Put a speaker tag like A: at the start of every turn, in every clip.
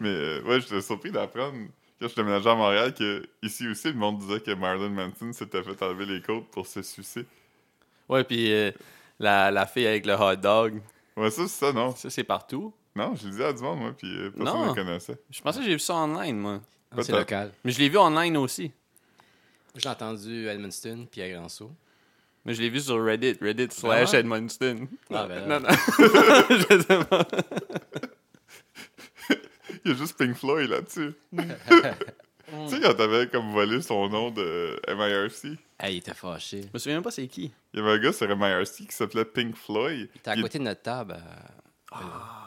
A: Mais euh, ouais, j'étais surpris d'apprendre quand je déménageais à Montréal que ici aussi le monde disait que Marilyn Manson s'était fait enlever les côtes pour se sucer.
B: Ouais, puis euh, la, la fille avec le hot dog,
A: Ouais, ça c'est ça, non?
B: ça c'est partout.
A: Non, je le disais à du monde, moi, puis euh, personne
B: Non.
A: ne le connaissait.
B: Je pensais que j'ai vu ça online, moi.
C: Non, Ah, C'est
A: Peut-être.
C: local.
B: Mais je l'ai vu online aussi.
C: J'ai entendu à Edmundston puis à Granso.
B: Mais je l'ai vu sur Reddit, Reddit slash
C: Vraiment?
B: Edmundston.
C: Ah, ben
B: non,
C: là.
B: non. je sais pas.
A: Il y a juste Pink Floyd là-dessus. Tu sais, quand t'avais comme volé son nom de MIRC,
C: Hey, il était fâché.
B: Je me souviens même pas c'est qui.
A: il y avait un gars sur MIRC qui s'appelait Pink Floyd.
C: Il était à
A: Puis-
C: côté de notre table. euh,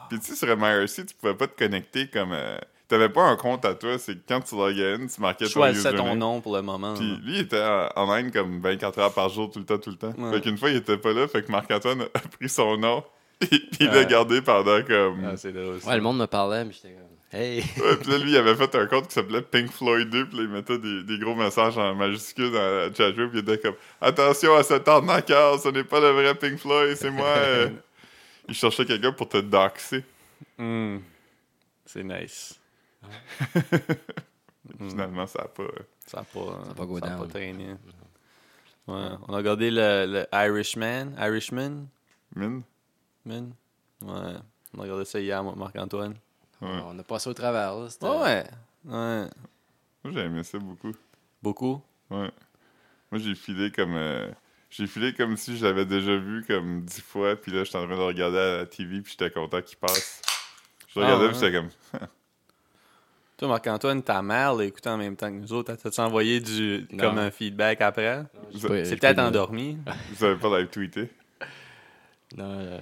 A: Puis tu sais, sur MIRC, tu pouvais pas te connecter comme. euh, T'avais pas un compte à toi, c'est que quand tu logais in, tu marquais
B: Je
A: ton
B: choisissais ton
A: username.
B: nom pour le moment.
A: Puis lui, il était en en ligne comme 24 heures par jour, tout le temps, tout le temps.
B: Ouais.
A: Fait qu'une fois, il était pas là, fait que Marc-Antoine a pris son nom, et puis il l'a
B: Ouais.
A: gardé pendant comme.
B: Ah, c'est drôle.
C: Ouais, le monde me parlait, mais j'étais comme. Hey!
A: Ouais, puis là, lui, il avait fait un compte qui s'appelait Pink Floyd 2, puis là, il mettait des, des gros messages en majuscule dans la chatroom, puis il était comme Attention à cet arnaqueur, ce n'est pas le vrai Pink Floyd, c'est moi. euh. il cherchait quelqu'un pour te doxer.
B: C'est nice. Mm.
A: Finalement, ça a pas. euh.
B: Ça n'a pas, ça
C: a pas go
B: a
C: down.
B: traîné. Ouais. On a regardé le, le Irishman. Irishman?
A: Mine.
B: Man? Ouais. On a regardé ça hier, moi, Marc-Antoine.
C: On a passé au travers, là. c'était-
B: Ouais, Ah ouais. Ouais.
A: Moi, j'ai aimé ça beaucoup.
B: Beaucoup.
A: Ouais. Moi, j'ai filé comme. euh, J'ai filé comme si je l'avais déjà vu comme dix fois, puis là, j'étais en train de regarder à la TV, puis j'étais content qu'il passe. Je le
B: Ah,
A: regardais,
B: ouais.
A: puis j'étais comme.
B: Toi, Marc-Antoine, ta mère l'a écouté en même temps que nous autres. T'as-tu envoyé du,
C: Non. Ben,
B: comme un feedback après?
C: J'ai pas- j'ai
B: C'est
C: pas
B: peut-être
C: eu le-
B: endormi.
A: Vous avez pas live tweeté.
C: Non, euh,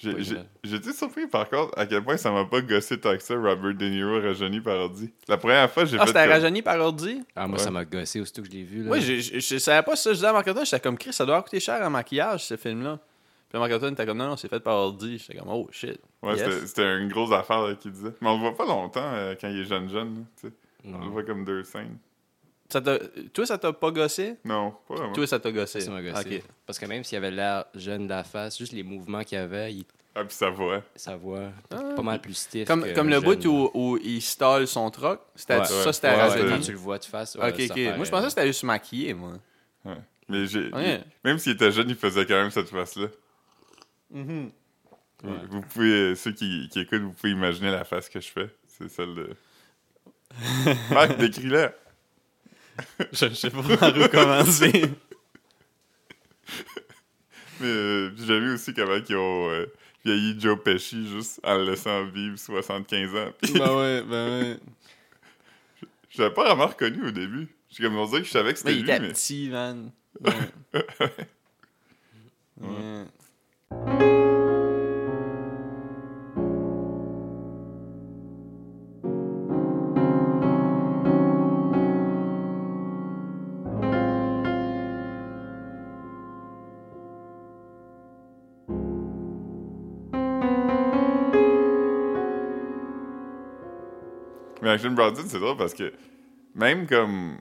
A: J'ai-
C: Oui,
A: j'ai-
C: là.
A: J'étais surpris par contre à quel point ça m'a pas gossé tant que ça, Robert De Niro rajeuni par ordi. La première fois, j'ai
B: Ah,
A: fait.
B: c'était
A: comme-
B: rajeuni par ordi?
C: Ah, moi,
A: Ouais.
C: ça m'a gossé aussitôt que je l'ai vu. Là.
B: Oui, je, je, je savais pas ça. Je disais à Marc-Antoine, j'étais comme Chris, ça doit coûter cher en maquillage, ce film-là. Puis Marc-Antoine était comme non, non, c'est fait par ordi. J'étais comme oh shit.
A: Ouais,
B: Yes.
A: c'était- c'était une grosse affaire là, qu'il disait. Mais on le voit pas longtemps euh, quand il est jeune, jeune. là, tu sais. On le
C: Non,
A: voit comme deux scènes.
B: Ça t'a- toi, ça t'a pas gossé?
A: Non, pas vraiment.
B: Toi, ça t'a gossé.
C: ça m'a gossé.
B: Ok.
C: Parce que même s'il avait l'air jeune de la face, juste les mouvements qu'il avait, il-
A: Ah, puis ça voit.
C: sa voix, pas mal plus stiff.
B: Ah. Comme,
C: que
B: comme le
C: jeune.
B: bout où, où il stole son troc, c'était
C: Ouais.
B: ça, c'était
C: Ouais,
B: rajeuni.
C: quand tu le vois de face. ouais,
B: Ok,
C: ça
B: ok.
C: paraît-
B: Moi, je pensais que c'était juste maquillé, moi.
A: Ouais. Mais j'ai.
B: Ouais.
A: il- Même s'il était jeune, il faisait quand même cette face-là.
B: Mm-hmm.
A: Vous- Vous pouvez, euh, ceux qui, qui écoutent, vous pouvez imaginer la face que je fais. C'est celle de. Marc, décris-la.
B: Je ne sais pas par où commencer.
A: Mais euh, puis j'ai vu aussi comment ils ont euh, vieilli Joe Pesci juste en le laissant vivre 75 ans. Puis
B: ben ouais, ben ouais.
A: je l'avais pas vraiment reconnu au début. J'ai comme on dirait que je savais que c'était
B: Mais il
A: lui,
B: était
A: mais
B: petit, man. Ouais. Ouais.
A: mais Action Bronson, c'est drôle parce que même comme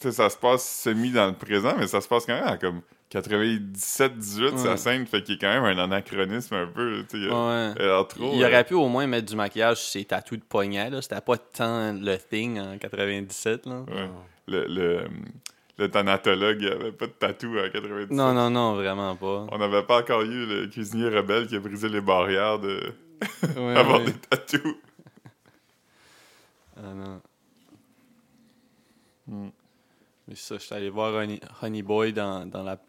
A: tu sais, ça se passe semi dans le présent, mais ça se passe quand même à comme 97-18 sa
B: Ouais.
A: scène, fait qu'il y a quand même un anachronisme un peu. tu sais, il y a-
B: Ouais.
A: elle a trop,
B: il
A: euh,
B: aurait pu au moins mettre du maquillage sur ses tatous de poignet, là. C'était pas tant le thing en 97, là.
A: ouais. le, le, le thanatologue, il avait pas de tatou en 97.
B: Non, non, non, vraiment pas.
A: On n'avait pas encore eu le cuisinier rebelle qui a brisé les barrières de
B: Ouais,
A: avoir
B: ouais.
A: des tatous.
B: Ah non. Mais ça, je suis allé voir Honey, Honey Boy dans, dans la-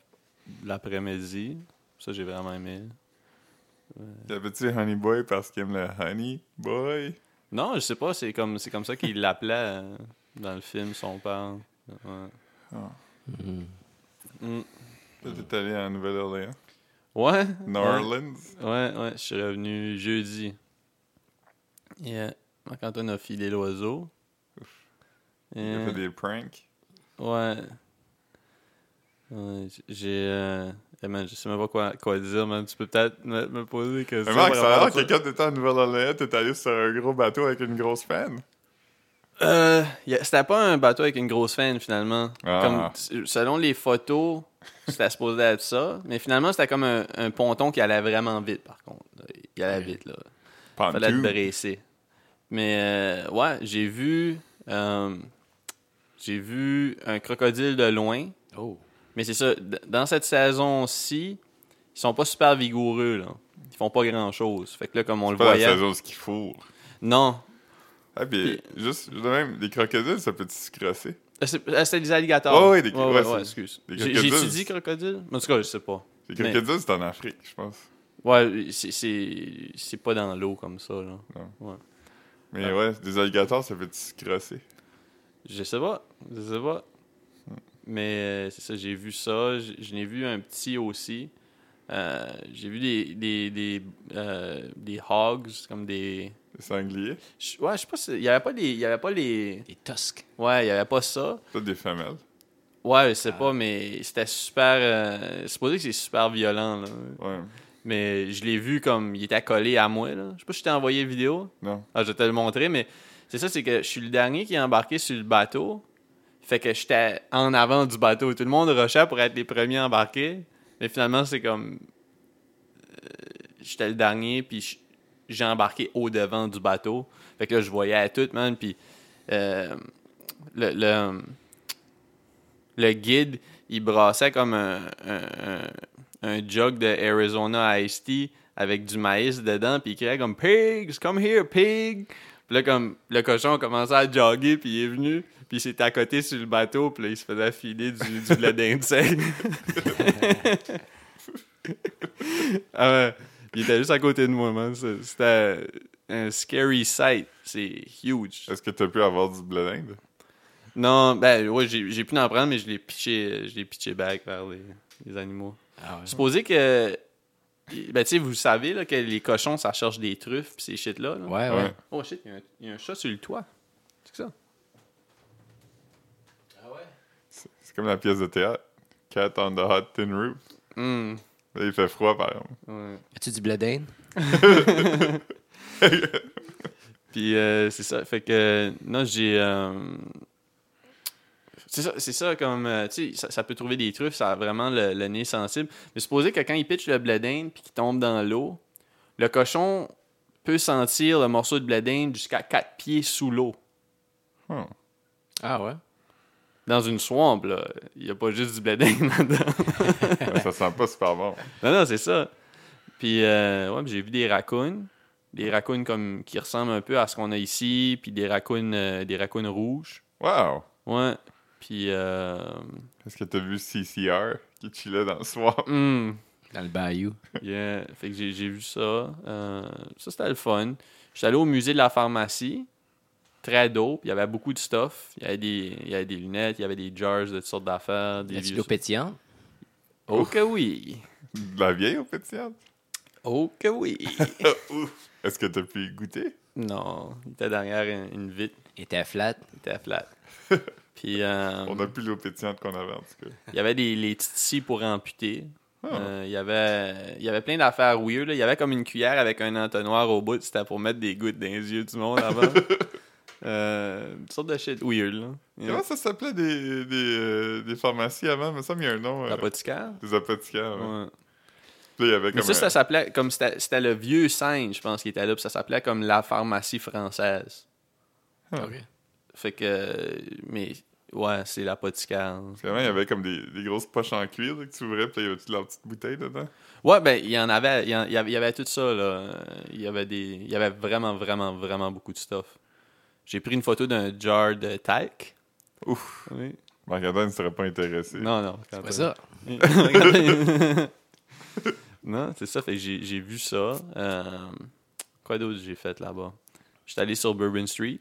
B: l'après-midi. Ça, j'ai vraiment aimé.
A: T'avais-tu Honey Boy parce qu'il aime le Honey Boy?
B: Non, je sais pas, c'est comme, c'est comme ça qu'il l'appelait euh, dans le film, son père. Ouais. Mm.
A: Toi, T'es allé en Nouvelle-Orléans?
B: Ouais.
A: New
B: ouais.
A: Orleans?
B: Ouais, ouais, je suis revenu jeudi. Et euh, Marc-Antoine a filé l'oiseau.
A: Il a
B: Et,
A: fait des pranks?
B: Ouais. Ouais, j- j'ai. Euh... eh, man, je sais même pas quoi, quoi dire, man. Tu peux peut-être me, me poser des questions.
A: Mais Marc,
B: par
A: ça a l'air
B: rapport à
A: que quand t'étais en Nouvelle-Orléans, t'es allé sur un gros bateau avec une grosse fan.
B: Euh, y a- c'était pas un bateau avec une grosse fan, finalement.
A: Ah.
B: Comme, t- selon les photos, c'était supposé être ça. Mais finalement, c'était comme un, un ponton qui allait vraiment vite, par contre. Il allait vite, là. Fallait le
A: Pantou.
B: dresser. Mais euh, ouais, j'ai vu. euh, j'ai vu un crocodile de loin.
C: Oh.
B: Mais c'est ça, d- dans cette saison-ci, ils sont pas super vigoureux, là. Ils font pas grand-chose. Fait que là, comme on le
A: Pas la
B: voyait...
A: saison ce qu'il faut.
B: Non.
A: Ah, puis juste, juste de même, des crocodiles, ça peut-tu se crosser?
B: Euh, C'est euh, c'est des alligators.
A: Ah oui, des-
B: ouais,
A: ouais,
B: ouais,
A: c'est-
B: excuse.
A: des
B: J'ai-
A: crocodiles.
B: J'ai-tu dit crocodile? En tout cas, je sais pas.
A: Les
B: Mais-
A: crocodiles, c'est en Afrique, je pense.
B: Ouais, c'est- c'est c'est pas dans l'eau comme ça, là.
A: Mais
B: Ah.
A: ouais, des alligators, ça peut-tu se crosser?
B: Je sais pas. Je sais pas. Mais euh, c'est ça, j'ai vu ça. J- Je n'ai vu un petit aussi. Euh, j'ai vu des, des, des, euh, des hogs, comme des...
A: Des sangliers?
B: je- Ouais, je sais pas si... Il y avait pas les... Il y avait pas les...
C: Les tusks.
B: Ouais, il y avait pas ça.
A: Peut-être des femelles.
B: Ouais, je sais
C: Ah.
B: pas, mais c'était super... euh, supposé que c'est super violent, là.
A: Ouais.
B: Mais je l'ai vu comme... Il était collé à moi, là. Je sais pas si je t'ai envoyé vidéo.
A: Non.
B: Ah, je vais te le montrer, mais c'est ça, c'est que je suis le dernier qui est embarqué sur le bateau. Fait que j'étais en avant du bateau. Tout le monde rushait pour être les premiers embarqués. Mais finalement, c'est comme. euh, j'étais le dernier, puis j- j'ai embarqué au-devant du bateau. Fait que là, je voyais à tout, man. Puis euh, le, le, le guide, il brassait comme un, un, un- un jug de Arizona Iced Tea avec du maïs dedans, puis il criait comme Pigs, come here, pig! Puis là, comme le cochon commençait à jogger, puis il est venu, puis il s'est accoté sur le bateau, puis là, il se faisait filer du, du blé d'insecte. ah ouais, il était juste à côté de moi, man. C'est- C'était un scary sight. C'est huge.
A: Est-ce que t'as pu avoir du blé d'Inde?
B: Non, ben ouais, j'ai j'ai pu en prendre, mais je l'ai pitché, je l'ai pitché back vers les, les animaux.
C: Ah ouais.
B: Supposé que. Ben, tu sais, vous savez là, que les cochons, ça cherche des truffes pis ces shit-là. là.
C: Ouais, ouais.
A: Ouais.
B: Oh shit, il y, a un chat sur le toit. C'est ça?
A: C'est c'est comme la pièce de théâtre. Cat on the hot tin roof.
B: Hum,
A: Là, il fait froid, par exemple.
B: ouais.
C: As-tu du blé d'Inde?
B: Puis euh, c'est ça, fait que. Non, j'ai. euh, C'est ça, c'est ça, comme. euh, tu sais, ça, ça peut trouver des truffes, ça a vraiment le, le nez sensible. Mais supposé que quand il pitche le blé d'Inde puis qu'il tombe dans l'eau, le cochon peut sentir le morceau de blé d'Inde jusqu'à 4 pieds sous l'eau.
A: Hmm.
C: Ah ouais.
B: Dans une swamp, là. Il n'y a pas juste du blé d'Inde là-dedans.
A: Ouais, ça sent pas super bon.
B: Non, non, c'est ça. Puis, euh, ouais, puis j'ai vu des raccoons. Des raccoons comme, qui ressemblent un peu à ce qu'on a ici, puis des raccoons, euh, des raccoons rouges.
A: Wow!
B: Ouais. Puis, euh,
A: Est-ce que t'as vu CCR qui chillait dans le soir?
B: hmm,
C: Dans le bayou.
B: yeah. Fait que j'ai, j'ai vu ça. Euh, ça, c'était le fun. J'étais allé au musée de la pharmacie. Très dope. Il y avait beaucoup de stuff. Il y avait des, il y avait des lunettes, il y avait des jars de toutes sortes d'affaires. Des
C: La
B: vieux-
C: l'eau pétillante?
B: Oh que oui!
A: De la vieille au pétillante?
B: Oh que oui!
A: Ah, ouf. Est-ce que t'as pu y goûter?
B: non, il était derrière une, une vitre.
C: Était flat.
B: Il était flat. Puis, euh,
A: On a plus l'eau pétillante qu'on avait, en tout cas.
B: Il y avait des, les petites scies pour amputer.
A: Ah.
B: Euh, il, y avait, il y avait plein d'affaires weird. là. Il y avait comme une cuillère avec un entonnoir au bout. C'était pour mettre des gouttes dans les yeux du monde avant. euh, une sorte de shit weird. Là. Yeah.
A: Comment ça s'appelait des, des, euh, des pharmacies avant? Mais ça, il y a un nom. euh,
B: L'apothicaire?
A: des apothicaires. ouais.
B: Ouais.
A: Puis là, il y avait
B: Mais
A: comme
B: ça,
A: un-
B: ça s'appelait comme c'était c'était le vieux singe, je pense, qui était là, puis ça s'appelait comme la pharmacie française.
A: Ah.
C: Ok.
B: Fait que. Mais ouais, c'est l'apothicaire.
A: Finalement, il y avait comme des, des grosses poches en cuir là, que tu ouvrais, puis là, il y avait toute leur petite bouteille dedans.
B: Ouais, ben, il y en avait, il y, en- il y avait, il y avait tout ça, là. Il y avait des, il y avait vraiment, vraiment, vraiment beaucoup de stuff. J'ai pris une photo d'un jar de talc.
A: Ouf!
B: Oui.
A: Marc-Antoine ne serait pas intéressé.
B: Non, non.
C: C'est pas ça.
B: non, c'est ça. Fait que j'ai j'ai vu ça. Euh, quoi d'autre j'ai fait là-bas? J'étais allé sur Bourbon Street.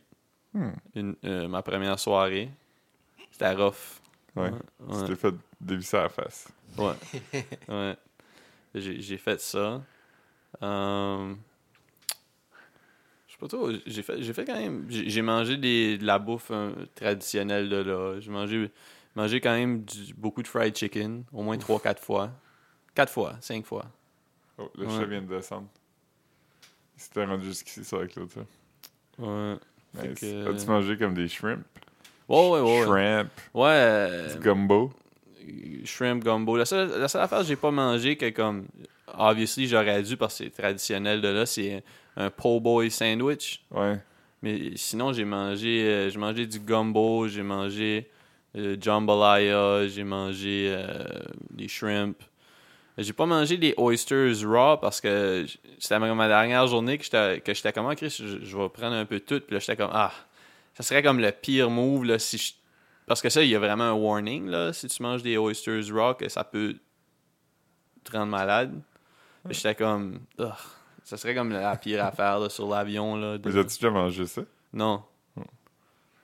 A: Hmm.
B: Une- euh, ma première soirée. C'était rough.
A: Ouais.
B: Ouais.
A: Tu t'es fait dévisser à la face.
B: Ouais. ouais. J'ai j'ai fait ça. Euh, Je sais pas trop. J'ai fait, j'ai fait quand même. J'ai j'ai mangé des, de la bouffe hein, traditionnelle de là. J'ai mangé, mangé quand même du- beaucoup de fried chicken, au moins 3-4 fois. 4 fois, 5 fois.
A: Oh, le
B: Ouais.
A: chat vient de descendre. Il s'était rendu jusqu'ici sur la clôture.
B: Ouais. Fait
A: Nice.
B: que-
A: As-tu mangé comme des shrimp?
B: Ouais, ouais, ouais. Shrimp.
A: Shrimp,
B: Ouais. euh,
A: du gumbo.
B: shrimp gumbo. La seule, la seule affaire que j'ai pas mangé que comme obviously j'aurais dû parce que c'est traditionnel de là, c'est un po' boy sandwich.
A: Ouais.
B: Mais sinon, j'ai mangé, euh, j'ai mangé du gumbo, j'ai mangé euh, jambalaya, j'ai mangé euh, des shrimp. J'ai pas mangé des oysters raw parce que j- c'était ma ma dernière journée que j'étais que j'étais comme Ah, Chris, je, je vais prendre un peu de tout. Puis là, j'étais comme Ah, ça serait comme le pire move là, si je- Parce que ça, il y a vraiment un warning là, si tu manges des oysters raw, que ça peut te rendre malade. Puis J'étais comme Ugh, ça serait comme la pire affaire là, sur l'avion. là. de-
A: Mais as-tu déjà mangé ça?
B: non. Ouais.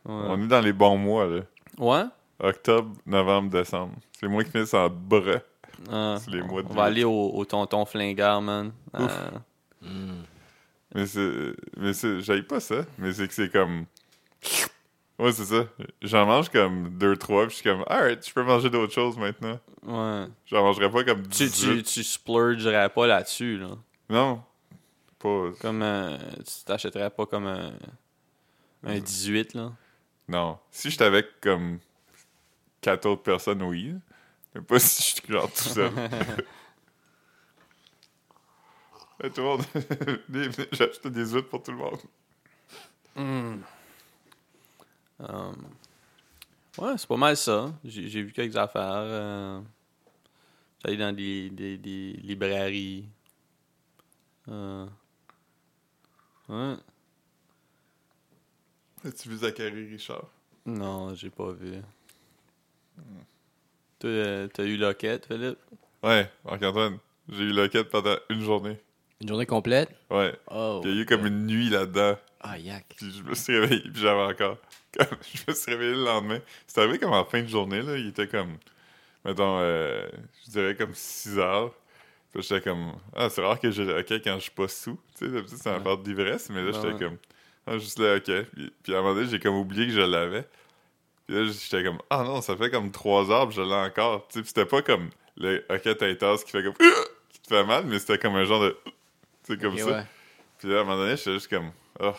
A: On est dans les bons mois, là.
B: Ouais?
A: Octobre, novembre, décembre. C'est moi qui finissent en bre.
B: Ah.
A: C'est les mois de
B: on
A: lutte.
B: va aller au, au tonton flingard, man. Euh,
A: Mais c'est. Mais c'est. J'aille pas ça. Mais c'est que c'est comme. Ouais, c'est ça. J'en mange comme 2-3, puis je suis comme, alright, je peux manger d'autres choses maintenant.
B: Euh, ouais.
A: J'en mangerai pas comme
B: Tu,
A: 18.
B: tu, tu splurgerais pas là-dessus, là.
A: Non. Pas.
B: Comme un- Tu t'achèterais pas comme un. Un 18, là.
A: Non. Si j'étais avec comme 4 autres personnes, oui. Mais pas si je suis genre tout seul. Hey, tout le monde, venez, venez, j'ai acheté des huîtres pour tout le monde.
B: Euh, Ouais, c'est pas mal ça. J'ai j'ai vu quelques affaires. euh, J'allais dans des, des, des librairies. Euh, Ouais.
A: As-tu vu Zachary Richard?
B: Non, j'ai pas vu. Toi, euh, T'as eu Loquette, Philippe?
A: Ouais, Marc-Antoine, j'ai eu la quête pendant une journée.
C: Une journée complète?
A: Ouais.
C: Oh.
A: Puis Il y a eu comme une nuit là-dedans.
C: Ah, yak.
A: Puis je me suis réveillé, puis j'avais encore. Comme, je me suis réveillé le lendemain. C'est arrivé comme en fin de journée, là. Il était comme, mettons, euh, je dirais comme 6 heures. Puis j'étais comme, ah, c'est rare que j'ai le hockey quand je suis pas sous. Tu sais, d'habitude, c'est un part d'ivresse, mais là,
B: Ouais,
A: j'étais
B: ouais.
A: comme, ah, juste le hockey. Puis, puis à un moment donné, j'ai comme oublié que je l'avais. Puis là, j'étais comme, ah non, ça fait comme 3 heures, puis je l'ai encore. Tu sais, puis c'était pas comme le hockey Titus qui fait comme, Ah! qui te fait mal, mais c'était comme un genre de, tu sais, comme
C: Ok,
A: ça.
C: ouais.
A: Puis là, à un moment donné, j'étais juste comme, oh,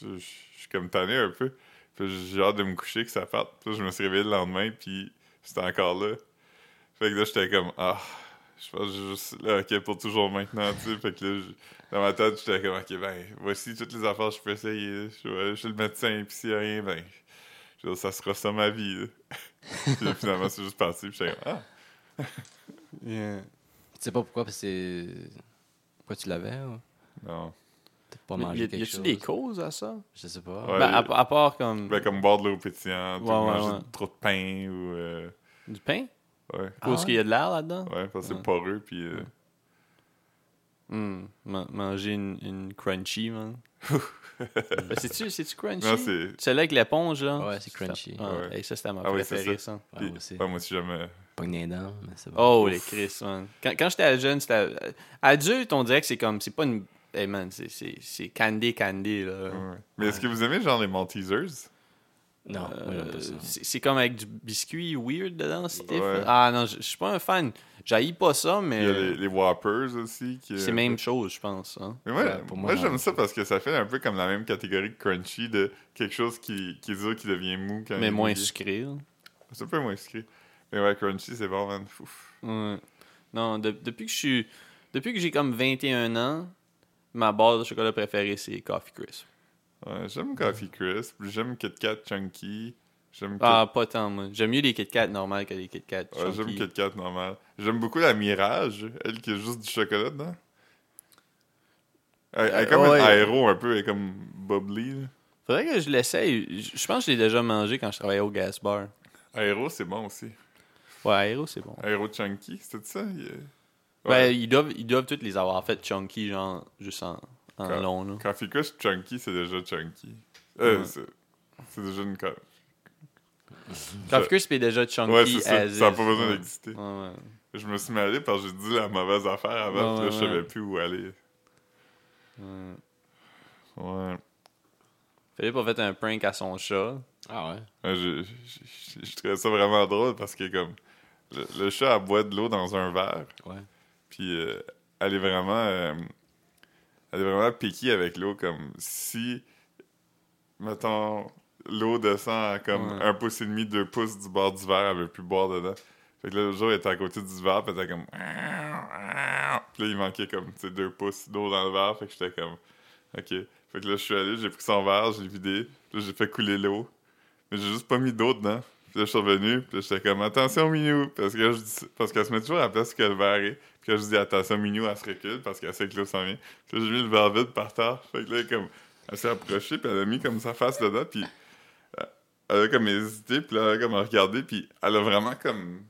A: je je- je suis comme tanné un peu. Puis j'ai hâte de me coucher que ça parte. Puis là, je me suis réveillé le lendemain, puis c'était encore là. Fait que là, j'étais comme, ah, je pense que j'ai juste là, ok, pour toujours maintenant, tu sais. Fait que là, je- dans ma tête, j'étais comme, ok, ben, voici toutes les affaires que je peux essayer. Je suis le médecin, puis s'il y a rien, ben, je veux dire, ça sera ça ma vie. là. puis finalement, c'est juste parti, puis j'étais comme, ah,
C: Tu sais pas pourquoi, parce que c'est. Pourquoi tu l'avais? Hein?
A: non.
C: T'as pas
B: Mais
C: mangé
B: y a- y
C: quelque
B: a-tu
C: chose?
B: des causes à ça?
C: Je sais pas.
A: Ouais.
B: Ben, à, à part comme
A: Ben, comme boire de l'eau pétillante,
B: Ouais,
A: ou
B: ouais,
A: manger
B: ouais.
A: trop de pain, ou. euh,
B: du pain?
A: ouais.
B: À cause
C: ouais?
B: qu'il y a de l'air là-dedans?
A: Ouais, parce que
B: Ouais.
A: c'est poreux, puis... euh,
B: Hmm, man- manger une, une crunchy, man. Ben, c'est-tu, c'est-tu crunchy?
A: Non, c'est...
B: Celle-là avec l'éponge, là?
C: Ouais, c'est crunchy.
B: Ah,
A: Ouais.
B: hey, ça, c'était ma
A: Ah oui,
B: préférée,
A: c'est
B: ça.
C: Ouais,
A: puis-
C: moi aussi.
A: ouais, moi aussi, j'aime... euh,
C: Pogné les dents, mais c'est bon.
B: Oh, les Chris, man. Quand, quand j'étais jeune, c'était... euh, Adulte, on dirait que c'est comme... C'est pas une... Hey, man, c'est, c'est, c'est candy, candy, là.
A: ouais. Mais est-ce que vous aimez, genre, les Maltesers?
C: Non,
B: Euh,
C: moi, j'aime pas ça.
B: c'est c'est comme avec du biscuit weird dedans, Steph.
A: Ouais.
B: Ah non, je je suis pas un fan. J'haïs pas ça,
A: Il y
B: mais
A: a les, les Whoppers aussi, qui...
B: Euh, c'est
A: euh,
B: même chose, je pense. hein.
A: Mais moi,
C: Ouais, pour moi,
A: moi, j'aime
C: non.
A: ça parce que ça fait un peu comme la même catégorie que crunchy de quelque chose qui, qui est dur, qui devient mou quand il
B: Mais
A: est
B: moins
A: mouillé.
B: sucré. là.
A: C'est un peu moins sucré. Mais ouais, crunchy, c'est bon, man. Ouf.
B: Ouais. Non, de- depuis que je suis. Depuis que j'ai comme 21 ans, ma barre de chocolat préférée, c'est Coffee Crisp.
A: Ouais, j'aime Coffee Crisp, j'aime Kit Kat Chunky, j'aime Kit-
B: Ah, pas tant, moi. J'aime mieux les Kit Kat normales que les Kit Kat.
A: ouais, j'aime
B: Chunky.
A: Kit Kat normal. J'aime beaucoup la Mirage, elle qui a juste du chocolat dedans. Elle, elle
B: Euh,
A: est comme un
B: ouais.
A: aéro un peu, elle est comme bubbly, là.
B: Faudrait que je l'essaye. Je je pense que je l'ai déjà mangé quand je travaillais au gas bar.
A: Aéro, c'est bon aussi.
B: Ouais, Aero, c'est bon.
A: Aéro Chunky, c'était ça? Il-
B: Ben,
A: Ouais.
B: ils doivent, ils doivent tous les avoir fait chunky, genre, juste en, en
A: Quand-
B: long, là.
A: Coffee Crush Chunky, c'est déjà Chunky. Euh,
B: Ouais.
A: c'est, c'est déjà une co-
B: Coffee Crisp est déjà chunky
A: Ouais, c'est ça.
B: as is.
A: Ça n'a pas besoin
B: Ouais.
A: d'exister.
B: Ouais, ouais.
A: Je me suis mêlé parce que j'ai dit la mauvaise affaire avant,
B: Ouais,
A: puis là, je
B: ouais,
A: savais
B: ouais.
A: plus où aller.
B: Ouais.
A: Ouais.
B: Philippe a fait un prank à son chat.
C: Ah ouais?
A: Ouais, je, je- je- je trouvais ça vraiment drôle parce que, comme, le, le chat, elle boit de l'eau dans un verre,
C: Ouais.
A: puis euh, elle est vraiment. euh, elle est vraiment piquée avec l'eau, comme si. Mettons, l'eau descend à comme
B: Ouais.
A: un pouce et demi, deux pouces du bord du verre, elle veut plus boire dedans. Fait que là, le jour, elle était à côté du verre, puis elle était comme. Puis là, il manquait comme, tu sais, deux pouces d'eau dans le verre, fait que j'étais comme. Ok. Fait Fait que là, je suis allé, j'ai pris son verre, j'ai vidé. Puis là, j'ai fait couler l'eau. Mais j'ai juste pas mis d'eau dedans. Puis là, je suis revenu. Puis là, j'étais comme, attention, Minou. Parce que je dis- parce qu'elle se met toujours à la place que le verre est. Puis là, je dis, attention, Minou, elle se recule parce qu'elle sait que l'eau s'en vient. Puis là, j'ai mis le verre vide par terre. Fait que là, elle est comme, elle s'est approchée. Puis elle a mis comme sa face dedans. Puis euh, elle a comme hésité. Puis là, elle a comme regardé. Puis elle a vraiment comme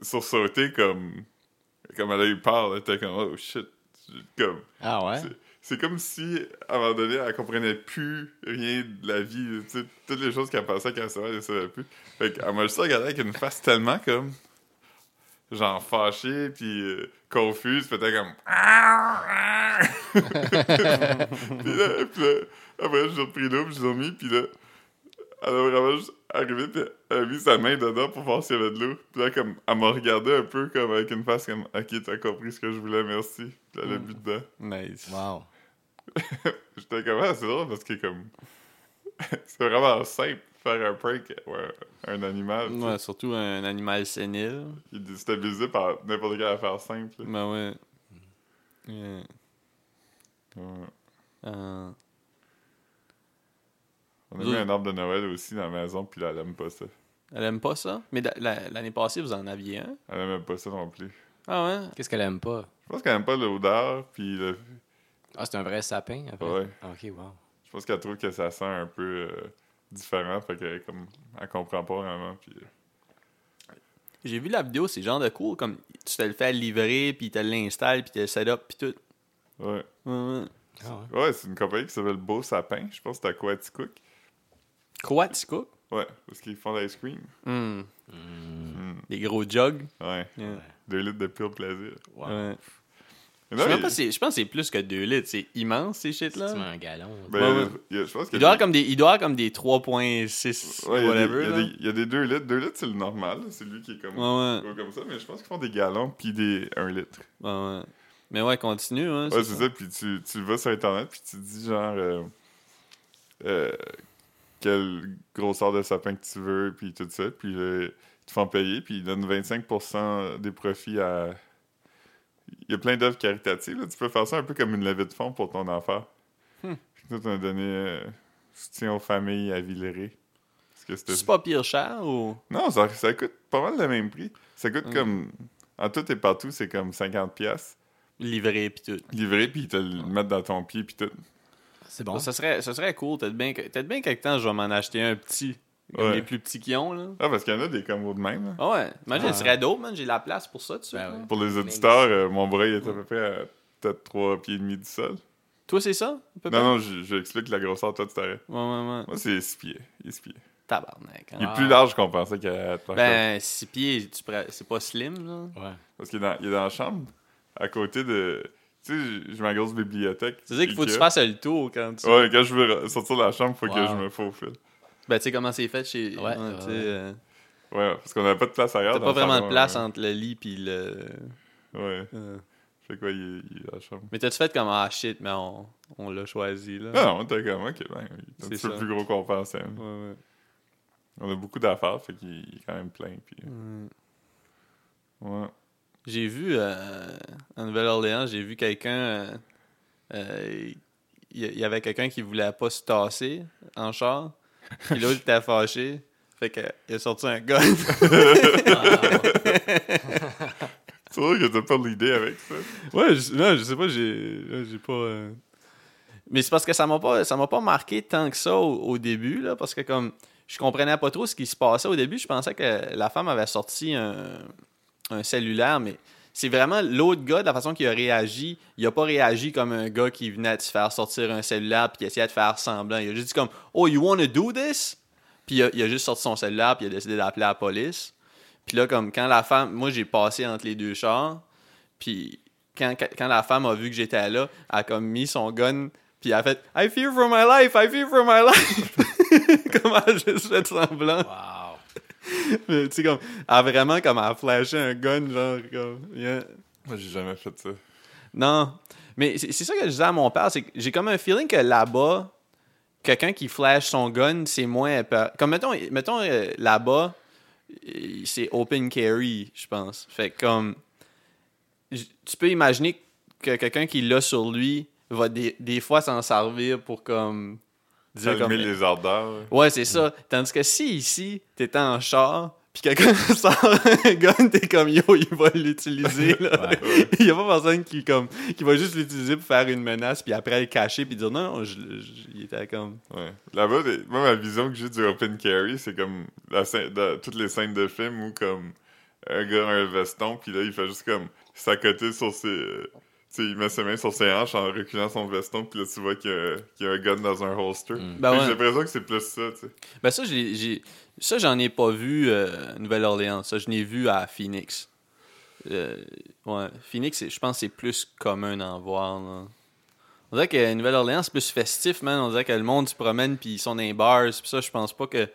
A: sursauté comme. Comme elle a eu peur. là. Elle était comme, oh shit. Comme.
C: Ah ouais?
A: C'est- C'est comme si, à un moment donné, elle comprenait plus rien de la vie. tu sais, toutes les choses qu'elle pensait qu'elle savait, elle ne savait plus. Fait qu'elle m'a juste regardé avec une face tellement comme. genre fâchée, puis euh, confuse, puis elle était comme. puis là, puis là, après, j'ai repris l'eau, puis je l'ai remis, puis là. Elle a vraiment juste arrivé, puis elle a mis sa main dedans pour voir s'il y avait de l'eau. Puis là, comme, elle m'a regardé un peu comme avec une face comme, ok, t'as compris ce que je voulais, merci. Puis là, elle a bu dedans.
B: Nice.
C: Wow.
A: J'étais comme, ah, c'est drôle parce que comme. c'est vraiment simple de faire un prank à un animal. tu sais.
B: Ouais, surtout un animal sénile.
A: Il est déstabilisé par n'importe quelle affaire simple. là.
B: Ben ouais. Yeah.
A: Ouais.
B: Euh,
A: On a
B: Vous-
A: mis un arbre de Noël aussi dans la maison, puis là, elle aime pas ça.
B: elle aime pas ça? Mais la- la- l'année passée, vous en aviez un?
A: Elle aime pas ça non plus.
B: Ah ouais?
C: Qu'est-ce qu'elle aime pas?
A: Je pense qu'elle aime pas l'odeur, puis le-
C: Ah, c'est un vrai sapin après?
A: Ouais.
C: Ah, Ok, wow.
A: je pense qu'elle trouve que ça sent un peu euh, différent, fait qu'elle comme, elle comprend pas vraiment. Puis, euh,
B: J'ai vu la vidéo, c'est genre de cool, comme tu te le fais livrer, puis tu l'installes, puis tu le setup, puis tout.
A: ouais.
B: Ouais, ouais.
C: Ah, ouais.
A: Ouais, c'est une compagnie qui s'appelle Beau Sapin, je pense que c'est à Coaticook.
B: Quoi, tu coupes?
A: Ouais, parce qu'ils font de l'ice cream.
B: Hmm.
A: Hmm.
B: Des gros jogs.
A: Ouais,
B: Yeah.
A: deux litres de pur plaisir.
C: Wow.
B: Ouais.
A: Mais
B: Je
A: non,
B: sais même
A: il-
B: pas si- je pense que c'est plus que 2 litres. C'est immense, ces
C: C'est
B: shit-là.
C: un galon.
A: Ben,
B: Ouais, ouais.
A: il y a- je pense que
B: Il doit
A: des-
B: avoir comme des, il doit avoir comme des 3.6
A: ouais, il y a des-
B: whatever.
A: il y a
B: là.
A: des- Il y a des 2 litres. 2 litres, c'est le normal. là. C'est lui qui est comme,
B: Ouais, ouais.
A: gros comme ça. Mais je pense qu'ils font des gallons puis des 1 litre.
B: Ouais, ouais. Mais ouais, continue. Hein,
A: Ouais, c'est ça. Puis tu, tu vas sur Internet puis tu dis genre euh, euh, quelle grosseur de sapin que tu veux puis tout ça. Puis euh, ils te font payer puis ils donnent 25% des profits à... Il y a plein d'œuvres caritatives. là. Tu peux faire ça un peu comme une levée de fonds pour ton enfant.
B: Hmm.
A: Puis nous, on a donné euh, soutien aux familles à Villeray. Parce que c'était
B: C'est pas pire cher ou.
A: Non, ça, ça coûte pas mal le même prix. Ça coûte
B: Hmm.
A: comme... En tout et partout, c'est comme 50 pièces
B: livré pis tout.
A: livré, puis ils te le mettent dans ton pied, puis tout.
C: C'est bon.
B: Ça, serait, ça serait cool. Peut-être bien, que- peut-être bien quelque temps, je vais m'en acheter un petit. Comme
A: Ouais.
B: les plus petits qui ont, là.
A: Ah, parce qu'il y en a des combos de même. là.
B: Ah ouais. Imagine,
C: Ah.
B: ce serait dope, man. J'ai la place pour ça, tu sais.
C: Ben
B: là.
C: ouais.
A: Pour les auditeurs, euh, mon bras il est à peu près à peut-être 3 pieds et demi du sol.
B: Toi, c'est ça? à peu près?
A: Ben Non, non, je- j'explique la grosseur, toi, tu t'arrêtes.
B: Ouais, ouais, ouais.
A: Moi, c'est 6 pieds. Il est six pieds.
B: Tabarnak. hein.
A: Il est
C: Ah.
A: plus large qu'on pensait qu'il allait être.
B: Ben, 6 pieds, tu pourrais- c'est pas slim, là.
C: Ouais.
A: Parce qu'il est, dans- il est dans la chambre, à côté de. Tu sais, j'ai- j'ai ma grosse bibliothèque.
B: C'est dire qu'il faut que tu
A: Ikea.
B: fasses le tour quand tu.
A: Ouais, quand je veux re- sortir de la chambre, faut que
C: Wow.
A: je me faufile.
B: Ben, tu sais comment c'est fait chez.
C: Ouais, ouais,
B: tu sais,
C: ouais.
B: euh,
A: Ouais, parce qu'on n'a pas de place ailleurs.
B: T'as
A: dans
B: pas
A: le
B: vraiment
A: salon,
B: de place hein.
A: ouais.
B: entre le lit pis le.
A: Ouais.
B: euh.
A: Fait quoi, il est, il est dans la chambre.
B: Mais t'as-tu fait comme ah shit, mais on, on l'a choisi
A: Non,
B: là?
A: non, t'es comme, ok, ben, il est un
B: C'est
A: petit peu
B: ça.
A: plus gros qu'on pensait.
B: Ouais, ouais.
A: On a beaucoup d'affaires, fait qu'il est quand même plein. Puis... euh.
B: Hmm.
A: Ouais.
B: J'ai vu euh, en Nouvelle-Orléans, j'ai vu quelqu'un. euh, euh, Il y, y avait quelqu'un qui voulait pas se tasser en char. Puis l'autre était fâché. Fait que il a sorti un gun.
A: C'est vrai que t'as pas de l'idée avec ça.
B: ouais, je, non, je sais pas, j'ai j'ai pas. euh, Mais c'est parce que ça m'a pas ça m'a pas marqué tant que ça au, au début, là, parce que comme je comprenais pas trop ce qui se passait au début, je pensais que la femme avait sorti un, un cellulaire, mais c'est vraiment l'autre gars, de la façon qu'il a réagi, il a pas réagi comme un gars qui venait de se faire sortir un cellulaire puis qui essayait de faire semblant. Il a juste dit comme Oh, you wanna do this? Puis il a, il a juste sorti son cellulaire puis il a décidé d'appeler la police. Puis là, comme quand la femme, moi j'ai passé entre les deux chars, puis quand, quand- quand la femme a vu que j'étais là, elle a comme mis son gun, puis elle a fait I fear for my life, I fear for my life. comme elle a juste fait semblant.
C: Wow.
B: Mais Euh, Tu sais, comme, elle a vraiment comme elle a flashé un gun, genre, comme, yeah.
A: Moi, j'ai jamais fait ça.
B: Non. Mais c'est c'est ça que je disais à mon père, c'est que j'ai comme un feeling que là-bas, quelqu'un qui flash son gun, c'est moins peur. Comme mettons, mettons euh, là-bas, euh, c'est open carry, je pense. Fait que comme j- tu peux imaginer que quelqu'un qui l'a sur lui va des, des fois s'en servir pour comme. dire comme-
A: Calmer les ardeurs. ouais.
B: Ouais, c'est ça. Tandis que si ici, t'étais en char, puis quelqu'un sort un gun, t'es comme yo, il va l'utiliser. là.
C: Ouais.
B: Il y a pas personne qui, comme, qui va juste l'utiliser pour faire une menace, puis après le cacher, puis dire non, non, je, je- il était comme.
A: Ouais. Là-bas, des- moi, ma vision que j'ai du open carry, c'est comme la scène- de- toutes les scènes de film où comme un gars a un veston, puis là, il fait juste comme s'accoter sur ses... euh, tu sais, il met ses mains sur ses hanches en reculant son veston, puis là, tu vois qu'il y, a- qu'il y a un gun dans un holster.
B: Ben
A: Fait
B: ouais.
A: que J'ai l'impression que c'est plus ça, tu sais.
B: Ben ça, j'ai- j'ai- ça, j'en ai pas vu euh, à Nouvelle-Orléans. Ça, je l'ai vu à Phoenix. Euh, ouais, Phoenix, c'est- je pense que c'est plus commun d'en voir. là. On dirait que Nouvelle-Orléans, c'est plus festif, man. On dirait que le monde se promène puis ils sont dans les bars. Puis ça, je pense pas que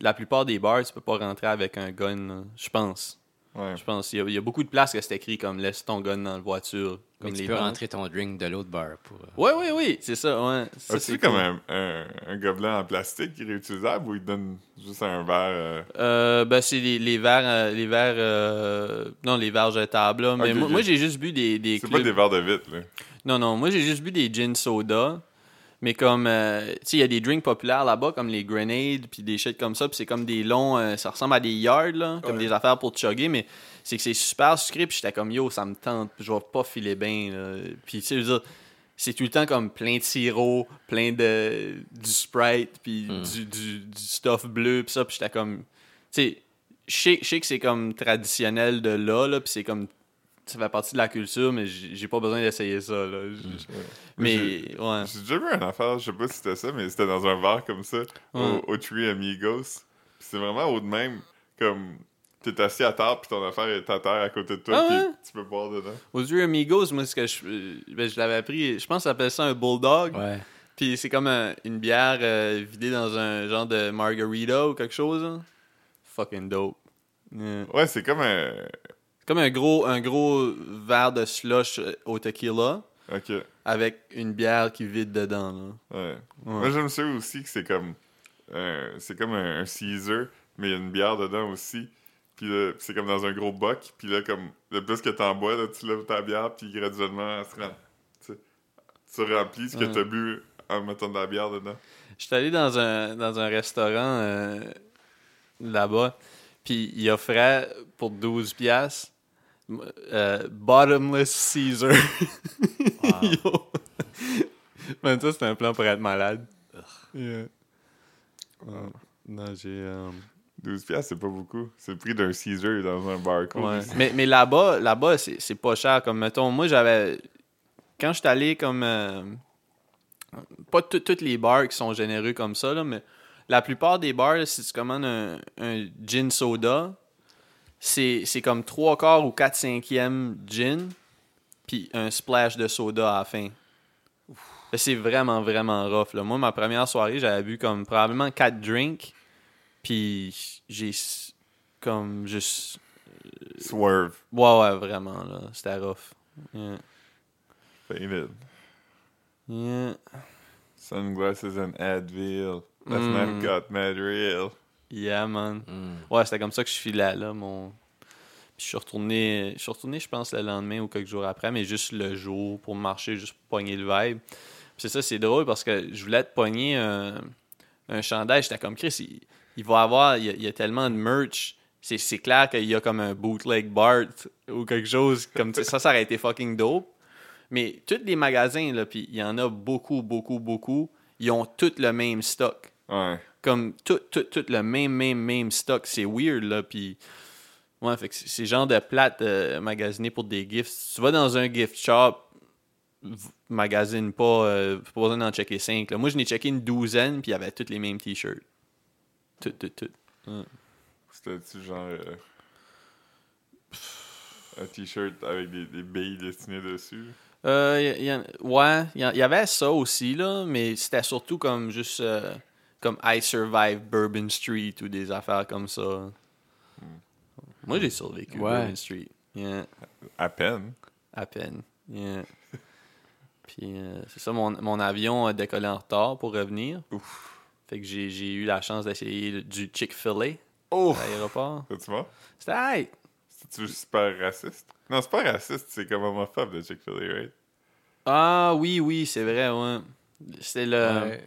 B: la plupart des bars, tu peux pas rentrer avec un gun. là. Je pense.
A: Ouais.
B: Je pense. Il y, a- il y a beaucoup de places que c'est écrit comme laisse ton gun dans la voiture. Comme
C: Mais tu
B: les
C: peux
B: bars.
C: rentrer ton drink de l'autre bar pour. euh,
B: Ouais, ouais, oui. C'est ça, ouais. Ça, c'est
A: As-tu Ah, comme
B: cool.
A: un, un, un gobelet en plastique réutilisable ou il te donne juste un verre...
B: Euh, ben, c'est les, les verres. euh, les verres euh, non, les verres jetables. là. Mais
A: Ah, Ok,
B: moi,
A: ok.
B: moi, j'ai juste bu des.
A: euh,
B: des
A: C'est pas
B: clubs-
A: des verres de vitre, là.
B: Non, non, moi, j'ai juste bu des gin soda. Mais comme. euh, tu sais, il y a des drinks populaires là-bas, comme les grenades, puis des shit comme ça. Puis c'est comme des longs. euh, ça ressemble à des yards, là, comme
A: Ouais.
B: des affaires pour chugger. Mais c'est que c'est super sucré. Puis j'étais comme, yo, ça me tente. Je vais pas filer bien. là. Puis tu sais, je veux dire, c'est tout le temps comme plein de sirop, plein de. du sprite, puis
C: Mm.
B: du, du, du stuff bleu, puis ça. Puis j'étais comme. Tu sais, je sais- je sais que c'est comme traditionnel de là, là, puis c'est comme ça fait partie de la culture, mais j'ai j'ai pas besoin d'essayer ça. Là. J- Mais, ouais.
A: J'ai déjà vu une affaire, je sais pas si c'était ça, mais c'était dans un verre comme ça,
B: Ouais.
A: au, au Three Amigos. Puis c'est vraiment au de même, comme t'es assis à terre, puis ton affaire est à terre à côté de toi,
B: Ah
A: puis
B: ouais?
A: tu peux boire dedans.
B: Aux yeux amigos, moi, ce que je, euh, ben, je l'avais appris, je pense que ça s'appelle ça un bulldog.
C: Ouais.
B: Puis c'est comme un- une bière euh, vidée dans un genre de margarita ou quelque chose. hein. Fucking dope. Yeah.
A: Ouais, c'est comme un.
B: C'est Comme un gros, un gros verre de slush euh, au tequila
A: Ok.
B: avec une bière qui vide dedans. là.
A: Ouais. Moi, j'aime ça aussi que c'est comme. un- c'est comme un, un Caesar, mais il y a une bière dedans aussi. Puis là, c'est comme dans un gros boc. Puis là, comme, le plus que t'en bois, là, tu lèves ta bière, puis graduellement, elle se rem- tu sais, Tu remplis ce que
B: Ouais.
A: t'as bu en mettant de la bière dedans.
B: J'étais allé dans un, dans un restaurant euh, là-bas, puis il offrait pour 12 piastres euh, Bottomless Caesar. Yo. Man, ça, c'est un plan pour être malade. Yeah. Ouais. Non, j'ai... euh,
A: 12 piastres, c'est pas beaucoup. C'est le prix d'un Caesar dans un barcode.
B: Ouais.
A: ici.
B: Mais, mais là-bas, là-bas, c'est c'est pas cher. Comme mettons, moi j'avais. Quand j'étais allé comme. euh, pas tout- toutes les bars qui sont généreux comme ça, là, mais la plupart des bars, là, si tu commandes un, un gin soda, c'est c'est comme 3 quarts ou 4 cinquièmes gin, puis un splash de soda à la fin. Fait que C'est vraiment, vraiment rough. là. Moi, ma première soirée, j'avais bu comme probablement 4 drinks, puis j'ai s- comme juste
A: Swerve.
B: Ouais, ouais, vraiment, là. C'était rough. Yeah.
A: Fainted.
B: Yeah.
A: Sunglasses and Advil. That's
B: Mm.
A: not got mad real.
B: Yeah, man.
C: Mm.
B: Ouais, c'était comme ça que je filais, là, mon... Puis je suis retourné, je suis retourné, je pense, le lendemain ou quelques jours après, mais juste le jour pour marcher, juste pour pogner le vibe. Puis c'est ça, c'est drôle parce que je voulais te pogner un, un chandail. J'étais comme, Chris, il, il va avoir, il y a, il y a tellement de merch. C'est, c'est clair qu'il y a comme un bootleg Bart ou quelque chose comme tu sais, ça, ça aurait été fucking dope. Mais tous les magasins, là, puis il y en a beaucoup, beaucoup, beaucoup, ils ont tous le même stock
A: Ouais.
B: comme tout, tout, tout le même, même, même stock. C'est weird, là, puis... Ouais, fait que c'est- c'est genre de plate euh, magasiner pour des gifts. Si tu vas dans un gift shop, v- magasine pas, euh, pas besoin d'en checker 5. Moi, je n'ai checké une douzaine, puis il y avait tous les mêmes t-shirts. Tout, tout, tout.
A: C'était-tu genre. euh, un t-shirt avec des, des billes dessinées dessus?
B: Euh, y- y en- ouais, il y, y avait ça aussi, là, mais c'était surtout comme juste... euh, comme I Survive Bourbon Street ou des affaires comme ça. Moi, j'ai survécu
C: Ouais.
B: Bourbon Street. Yeah.
A: À peine.
B: À peine. Yeah. Puis euh, c'est ça, mon, mon avion a décollé en retard pour revenir. Fait que j'ai, j'ai eu la chance d'essayer le- du Chick-fil-A
A: Oh!
B: à l'aéroport.
A: T'as-tu mort?
B: C'était aïe!
A: C'est-tu super raciste? Non, c'est pas raciste, c'est comme homophobe de Chick-fil-A, right?
B: Ah oui, oui, c'est vrai, ouais. C'était le,
C: Ouais.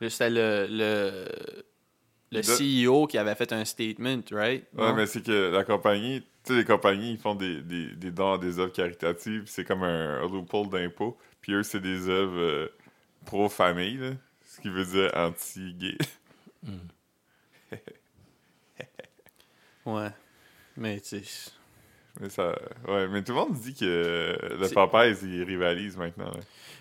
B: le- c'était le, le, le
A: De-
B: CEO qui avait fait un statement, right?
A: Ouais,
B: Non?
A: mais c'est que la compagnie, tu sais, les compagnies, ils font des, des, des dons à des œuvres caritatives, c'est comme un loophole d'impôt. Puis eux, c'est des œuvres euh, pro-famille, là, ce qui veut dire anti-gay.
B: Ouais. Mais tu sais,
A: Mais ça, ouais, mais tout le monde dit que euh, le
B: C'est-
A: Popeyes, il rivalise maintenant. là.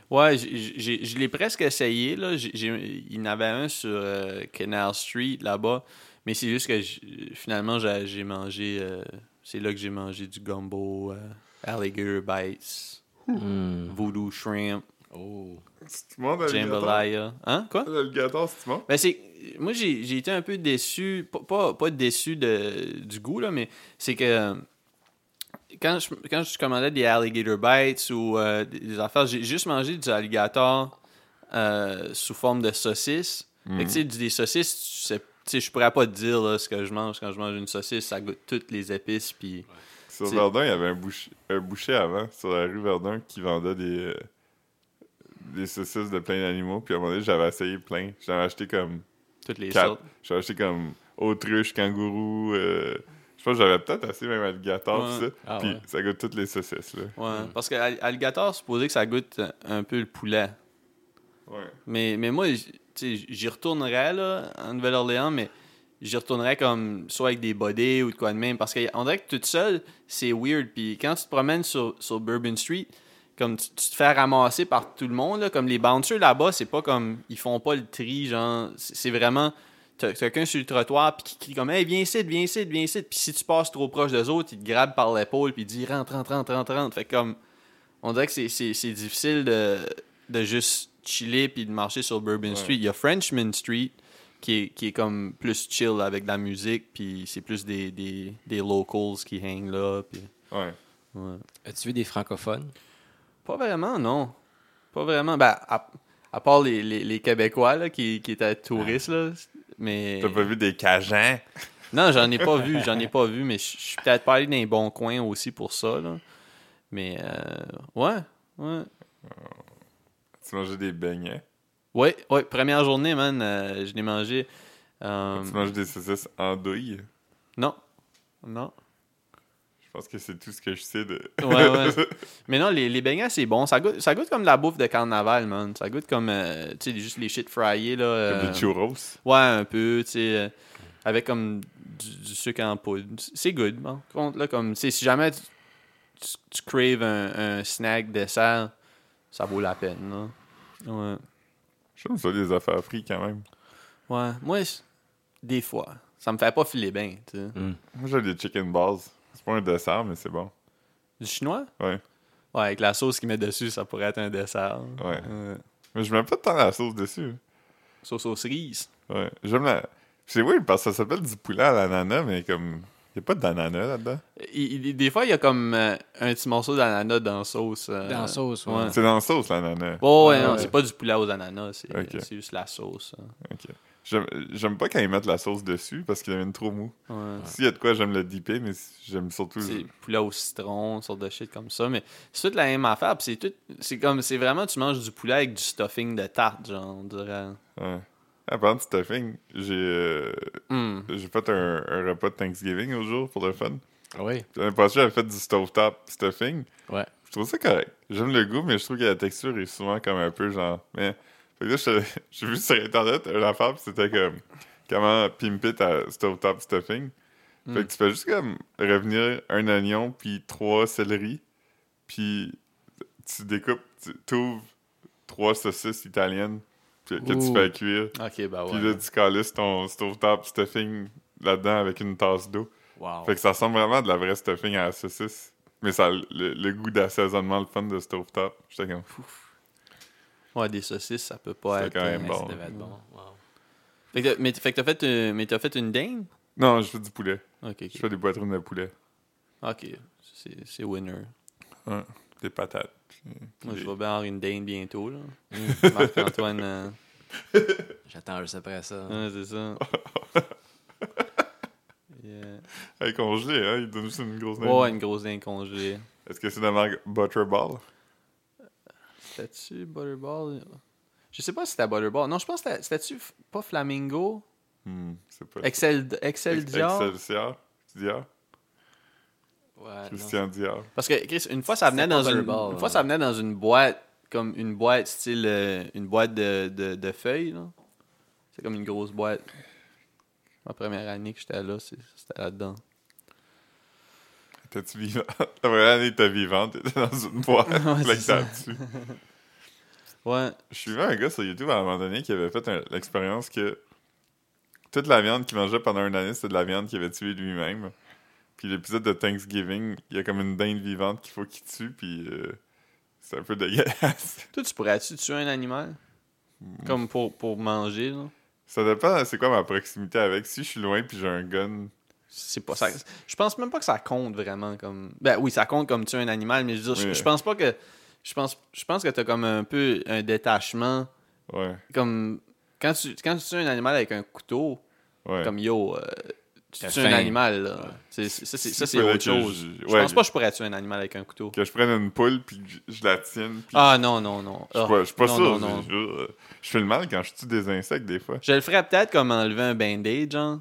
B: Ouais, j'ai- j'ai- je l'ai presque essayé. Là. J'ai- j'ai- il y en avait un sur euh, Canal Street là-bas. Mais c'est juste que j'- finalement, j'ai j'ai mangé. euh, c'est là que j'ai mangé du gumbo, euh, alligator bites,
C: Hmm.
B: voodoo shrimp,
C: Oh.
A: C'est tout le monde alligator.
B: jambalaya. Hein? Quoi?
A: L'alligator, c'est tout le monde.
B: Ben c'est, moi, j'ai, j'ai été un peu déçu, pas, pas, pas déçu de, du goût, là, mais c'est que euh, quand je, quand je commandais des alligator bites ou euh, des- des affaires, j'ai juste mangé du alligator euh, sous forme de saucisse. Fait que, tu sais, du- des saucisses, tu sais, tu sais, je pourrais pas te dire là, ce que je mange quand je mange une saucisse, ça goûte toutes les épices, puis...
A: Sur
B: C'est-
A: Verdun, il y avait un, bouch- un boucher avant, sur la rue Verdun, qui vendait des, euh, des saucisses de plein d'animaux. Puis à un moment donné, j'avais essayé plein. J'en ai acheté comme
B: Toutes les
A: quatre.
B: sortes.
A: J'ai acheté comme autruche, kangourou. euh, Je pense que j'avais peut-être assez même alligator,
B: Ouais.
A: tout ça.
C: Ah
A: puis
C: ouais.
A: ça goûte toutes les saucisses, là.
B: Ouais, Parce que all- alligator, c'est supposé que ça goûte un peu le poulet.
A: Ouais.
B: Mais, mais moi, j- tu sais, j'y retournerais là, en Nouvelle-Orléans, mais j'y retournerais comme soit avec des bodés ou de quoi de même. Parce qu'on dirait que toute seule, c'est weird. Puis quand tu te promènes sur, sur Bourbon Street, comme tu, tu te fais ramasser par tout le monde, là, comme les bouncers là-bas, c'est pas comme. Ils font pas le tri, genre. C'est c'est vraiment. T'as t'as quelqu'un sur le trottoir puis qui crie comme Hey, viens ici, viens ici, viens ici. Puis si tu passes trop proche d'eux autres, ils te grabent par l'épaule puis ils disent rentre, rentre, rentre, rentre, rentre. Fait que comme. On dirait que c'est- c'est c'est difficile de, de juste chiller puis de marcher sur Bourbon
A: Ouais.
B: Street. Il y a Frenchman Street qui est, qui est comme plus chill avec de la musique, puis c'est plus des, des, des locals qui hang là. Puis,
A: Ouais.
B: ouais.
C: As-tu vu des francophones?
B: Pas vraiment, non. Pas vraiment. Ben, à, à part les, les, les Québécois là, qui, qui étaient touristes, là. Mais.
A: T'as pas vu des cajans?
B: Non, j'en ai pas vu, j'en ai pas vu, mais je je suis peut-être pas allé dans les bons coins aussi pour ça, là. Mais, euh, ouais, ouais.
A: Tu mangeais des beignets?
B: Ouais, ouais, première journée, man, euh, je l'ai mangé. euh,
A: Tu manges des saucisses en douille?
B: non, non.
A: Je pense que c'est tout ce que je sais de...
B: Ouais, ouais. Mais non, les, les beignets, c'est bon. Ça goûte, ça goûte comme de la bouffe de carnaval, man. Ça goûte comme, euh, tu sais, juste les shit fryés, là.
A: Comme
B: euh,
A: des churros.
B: ouais, un peu, tu sais, euh, avec comme du, du sucre en poudre. C'est good, bon. Compte, là, comme, tu sais, si jamais tu, tu, tu craves un, un snack dessert, ça vaut la peine, là. Ouais.
A: J'aime ça, les affaires frites, quand même.
B: Ouais, moi, c- des fois, ça me fait pas filer bien, tu sais.
A: Moi, j'aime des chicken balls. C'est pas un dessert, mais c'est bon.
B: Du chinois?
A: Ouais.
B: Ouais, avec la sauce qu'ils mettent dessus, ça pourrait être un dessert.
A: Ouais. Mais je mets pas tant la sauce dessus.
B: Sauce aux cerises.
A: Ouais. J'aime la. C'est weird parce que ça s'appelle du poulet à l'ananas, mais comme. Y a pas d'ananas là-dedans.
B: Il- il- des fois, il y a comme euh, un petit morceau d'ananas dans la sauce. euh,
C: Dans la sauce, ouais.
B: ouais.
A: C'est dans la sauce, l'ananas.
B: Oh, ouais,
C: Ouais,
B: non,
C: ouais.
B: c'est pas du poulet aux ananas, c'est
A: Ok.
B: c'est juste la sauce. hein.
A: Ok. J'aime- J'aime pas quand ils mettent la sauce dessus parce qu'il devient trop mou.
B: Ouais.
A: S'il y a de quoi, j'aime le dipper, mais j'aime surtout.
B: C'est
A: le-
B: poulet au citron, une sorte de shit comme ça, mais c'est toute la même affaire, puis c'est tout, c'est comme, c'est vraiment, tu manges du poulet avec du stuffing de tarte, genre, on dirait.
A: Ouais. Ah, parlant de stuffing, j'ai euh,
B: Hmm.
A: j'ai fait un, un repas de Thanksgiving au jour pour le fun.
C: Ah Oui.
A: L'année passée, j'avais fait du stovetop stuffing.
C: Ouais.
A: Je trouve ça correct. J'aime le goût, mais je trouve que la texture est souvent comme un peu genre. Mais. Fait que là, je- j'ai vu sur Internet une affaire, puis c'était comme. Comment pimper ta stovetop stuffing. Fait que tu fais juste comme revenir un oignon, puis trois céleris, puis tu découpes, tu t'ouvres trois saucisses italiennes que, que tu
C: Ouh.
A: fais cuire.
B: Ok, bah
A: Puis
B: ouais.
A: là, tu calisses ton stovetop stuffing là-dedans avec une tasse d'eau.
C: Wow.
A: Fait que ça ressemble vraiment à de la vraie stuffing à la saucisse. Mais ça a le, le goût d'assaisonnement, le fun de stovetop. J'étais comme fou.
B: Ouais, des saucisses, ça peut pas
A: C'était
B: être...
A: quand
B: euh,
A: même
C: Ouais,
A: bon. Hmm.
C: ça devait être bon. Wow.
B: Fait que, t'as- mais, fait que t'as fait, une- mais t'as fait une dinde?
A: Non, je fais du poulet.
B: Ok,
A: Je
B: ok.
A: fais des poitrines de poulet.
B: Ok, c'est c'est winner.
A: Des patates.
B: Moi, je
A: Des-
B: vais bien avoir une dinde bientôt, là. Marc-Antoine, euh,
C: J'attends juste après ça.
B: ouais, c'est ça. Yeah.
A: Hey, congelé, hein? Il donne juste une grosse
B: Ouais, une grosse dinde congelée.
A: Est-ce que c'est de la marque Butterball?
B: C'était-tu Butterball? Je sais pas si c'était Butterball. Non, je pense que c'était- c'était-tu f- pas Flamingo?
A: Hmm, c'est pas...
B: Excel, Excel
A: Ex-
B: Dior?
A: Excelsior? ah? Dior?
B: Ah,
C: Ouais, non.
A: Christian Dior.
B: Parce que, Chris, une fois, ça venait
C: C'était pas
B: dans une,
C: Butterball,
B: une fois,
C: hein.
B: ça venait dans une boîte, comme une boîte style, euh, une boîte de, de, de feuilles, là. C'est comme une grosse boîte. Ma première année que j'étais là, c'est- c'était là-dedans.
A: T'es-tu vivant? La vraie année, t'es vivant, t'étais dans une boîte
B: Ouais,
A: avec
B: c'est ça.
A: dessus
B: Ouais.
A: Je suivais un gars sur YouTube à un moment donné qui avait fait un- l'expérience que toute la viande qu'il mangeait pendant une année, c'était de la viande qu'il avait tuée lui-même. Puis l'épisode de Thanksgiving, il y a comme une dinde vivante qu'il faut qu'il tue, puis euh, c'est un peu dégueulasse.
B: Toi, tu pourrais-tu tuer un animal? Comme pour, pour manger, là?
A: Ça dépend, hein, c'est quoi ma proximité avec. Si je suis loin puis j'ai un gun,
B: C'est pas ça. Je pense même pas que ça compte vraiment comme. Ben oui, ça compte comme tuer un animal, mais je, veux dire, je-
A: Oui.
B: je pense pas que. Je pense, je pense que t'as comme un peu un détachement.
A: ouais,
B: Comme. Quand tu, quand tu tues un animal avec un couteau,
A: ouais.
B: comme yo, euh, tu
C: T'as
B: tues un
C: faim.
B: animal, là. C'est- c'est- Ça, c'est, ça, c'est
A: Faudrait
B: autre
A: que je-
B: chose. Je
A: ouais,
B: pense pas que je pourrais tuer un animal avec un couteau.
A: Que je prenne une poule puis que je- je la tienne. Puis
B: Ah non, non, non.
A: je, suis
B: Ah,
A: pas, je suis pas
B: non, non,
A: sûr.
B: non.
A: Je, je- je fais le mal quand je tue des insectes des fois.
B: Je le ferais peut-être comme enlever un band-aid, genre.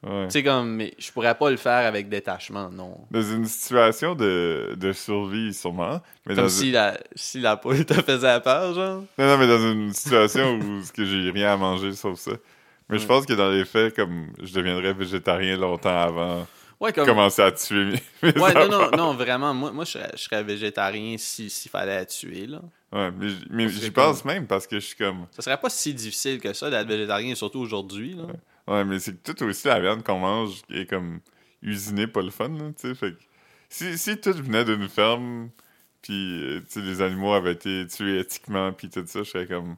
A: Ouais.
B: Tu sais, comme. Mais je pourrais pas le faire avec détachement, non.
A: Dans une situation de, de survie, sûrement. Mais
B: Comme
A: dans
B: si la, si la poule te faisait peur, genre.
A: Non, non, mais dans une situation où ce que j'ai rien à manger sauf ça. Mais je pense que dans les faits, comme je deviendrais végétarien longtemps avant
B: Ouais,
A: de
B: comme.
A: commencer à tuer mes, mes
B: Ouais, non, non,
A: enfants.
B: non, vraiment, moi, moi je, serais, je serais végétarien si- s'il fallait la tuer, là.
A: Ouais, mais j- mais
B: Ça serait
A: j'y pense même parce que je suis comme.
B: Ça serait pas si difficile que ça d'être végétarien, surtout aujourd'hui, là.
A: Ouais, mais c'est que tout aussi la viande qu'on mange est comme usinée, pas le fun, là, tu sais. Fait que si, si tout venait d'une ferme, puis euh, tu sais, les animaux avaient été tués éthiquement, puis tout ça, je serais comme.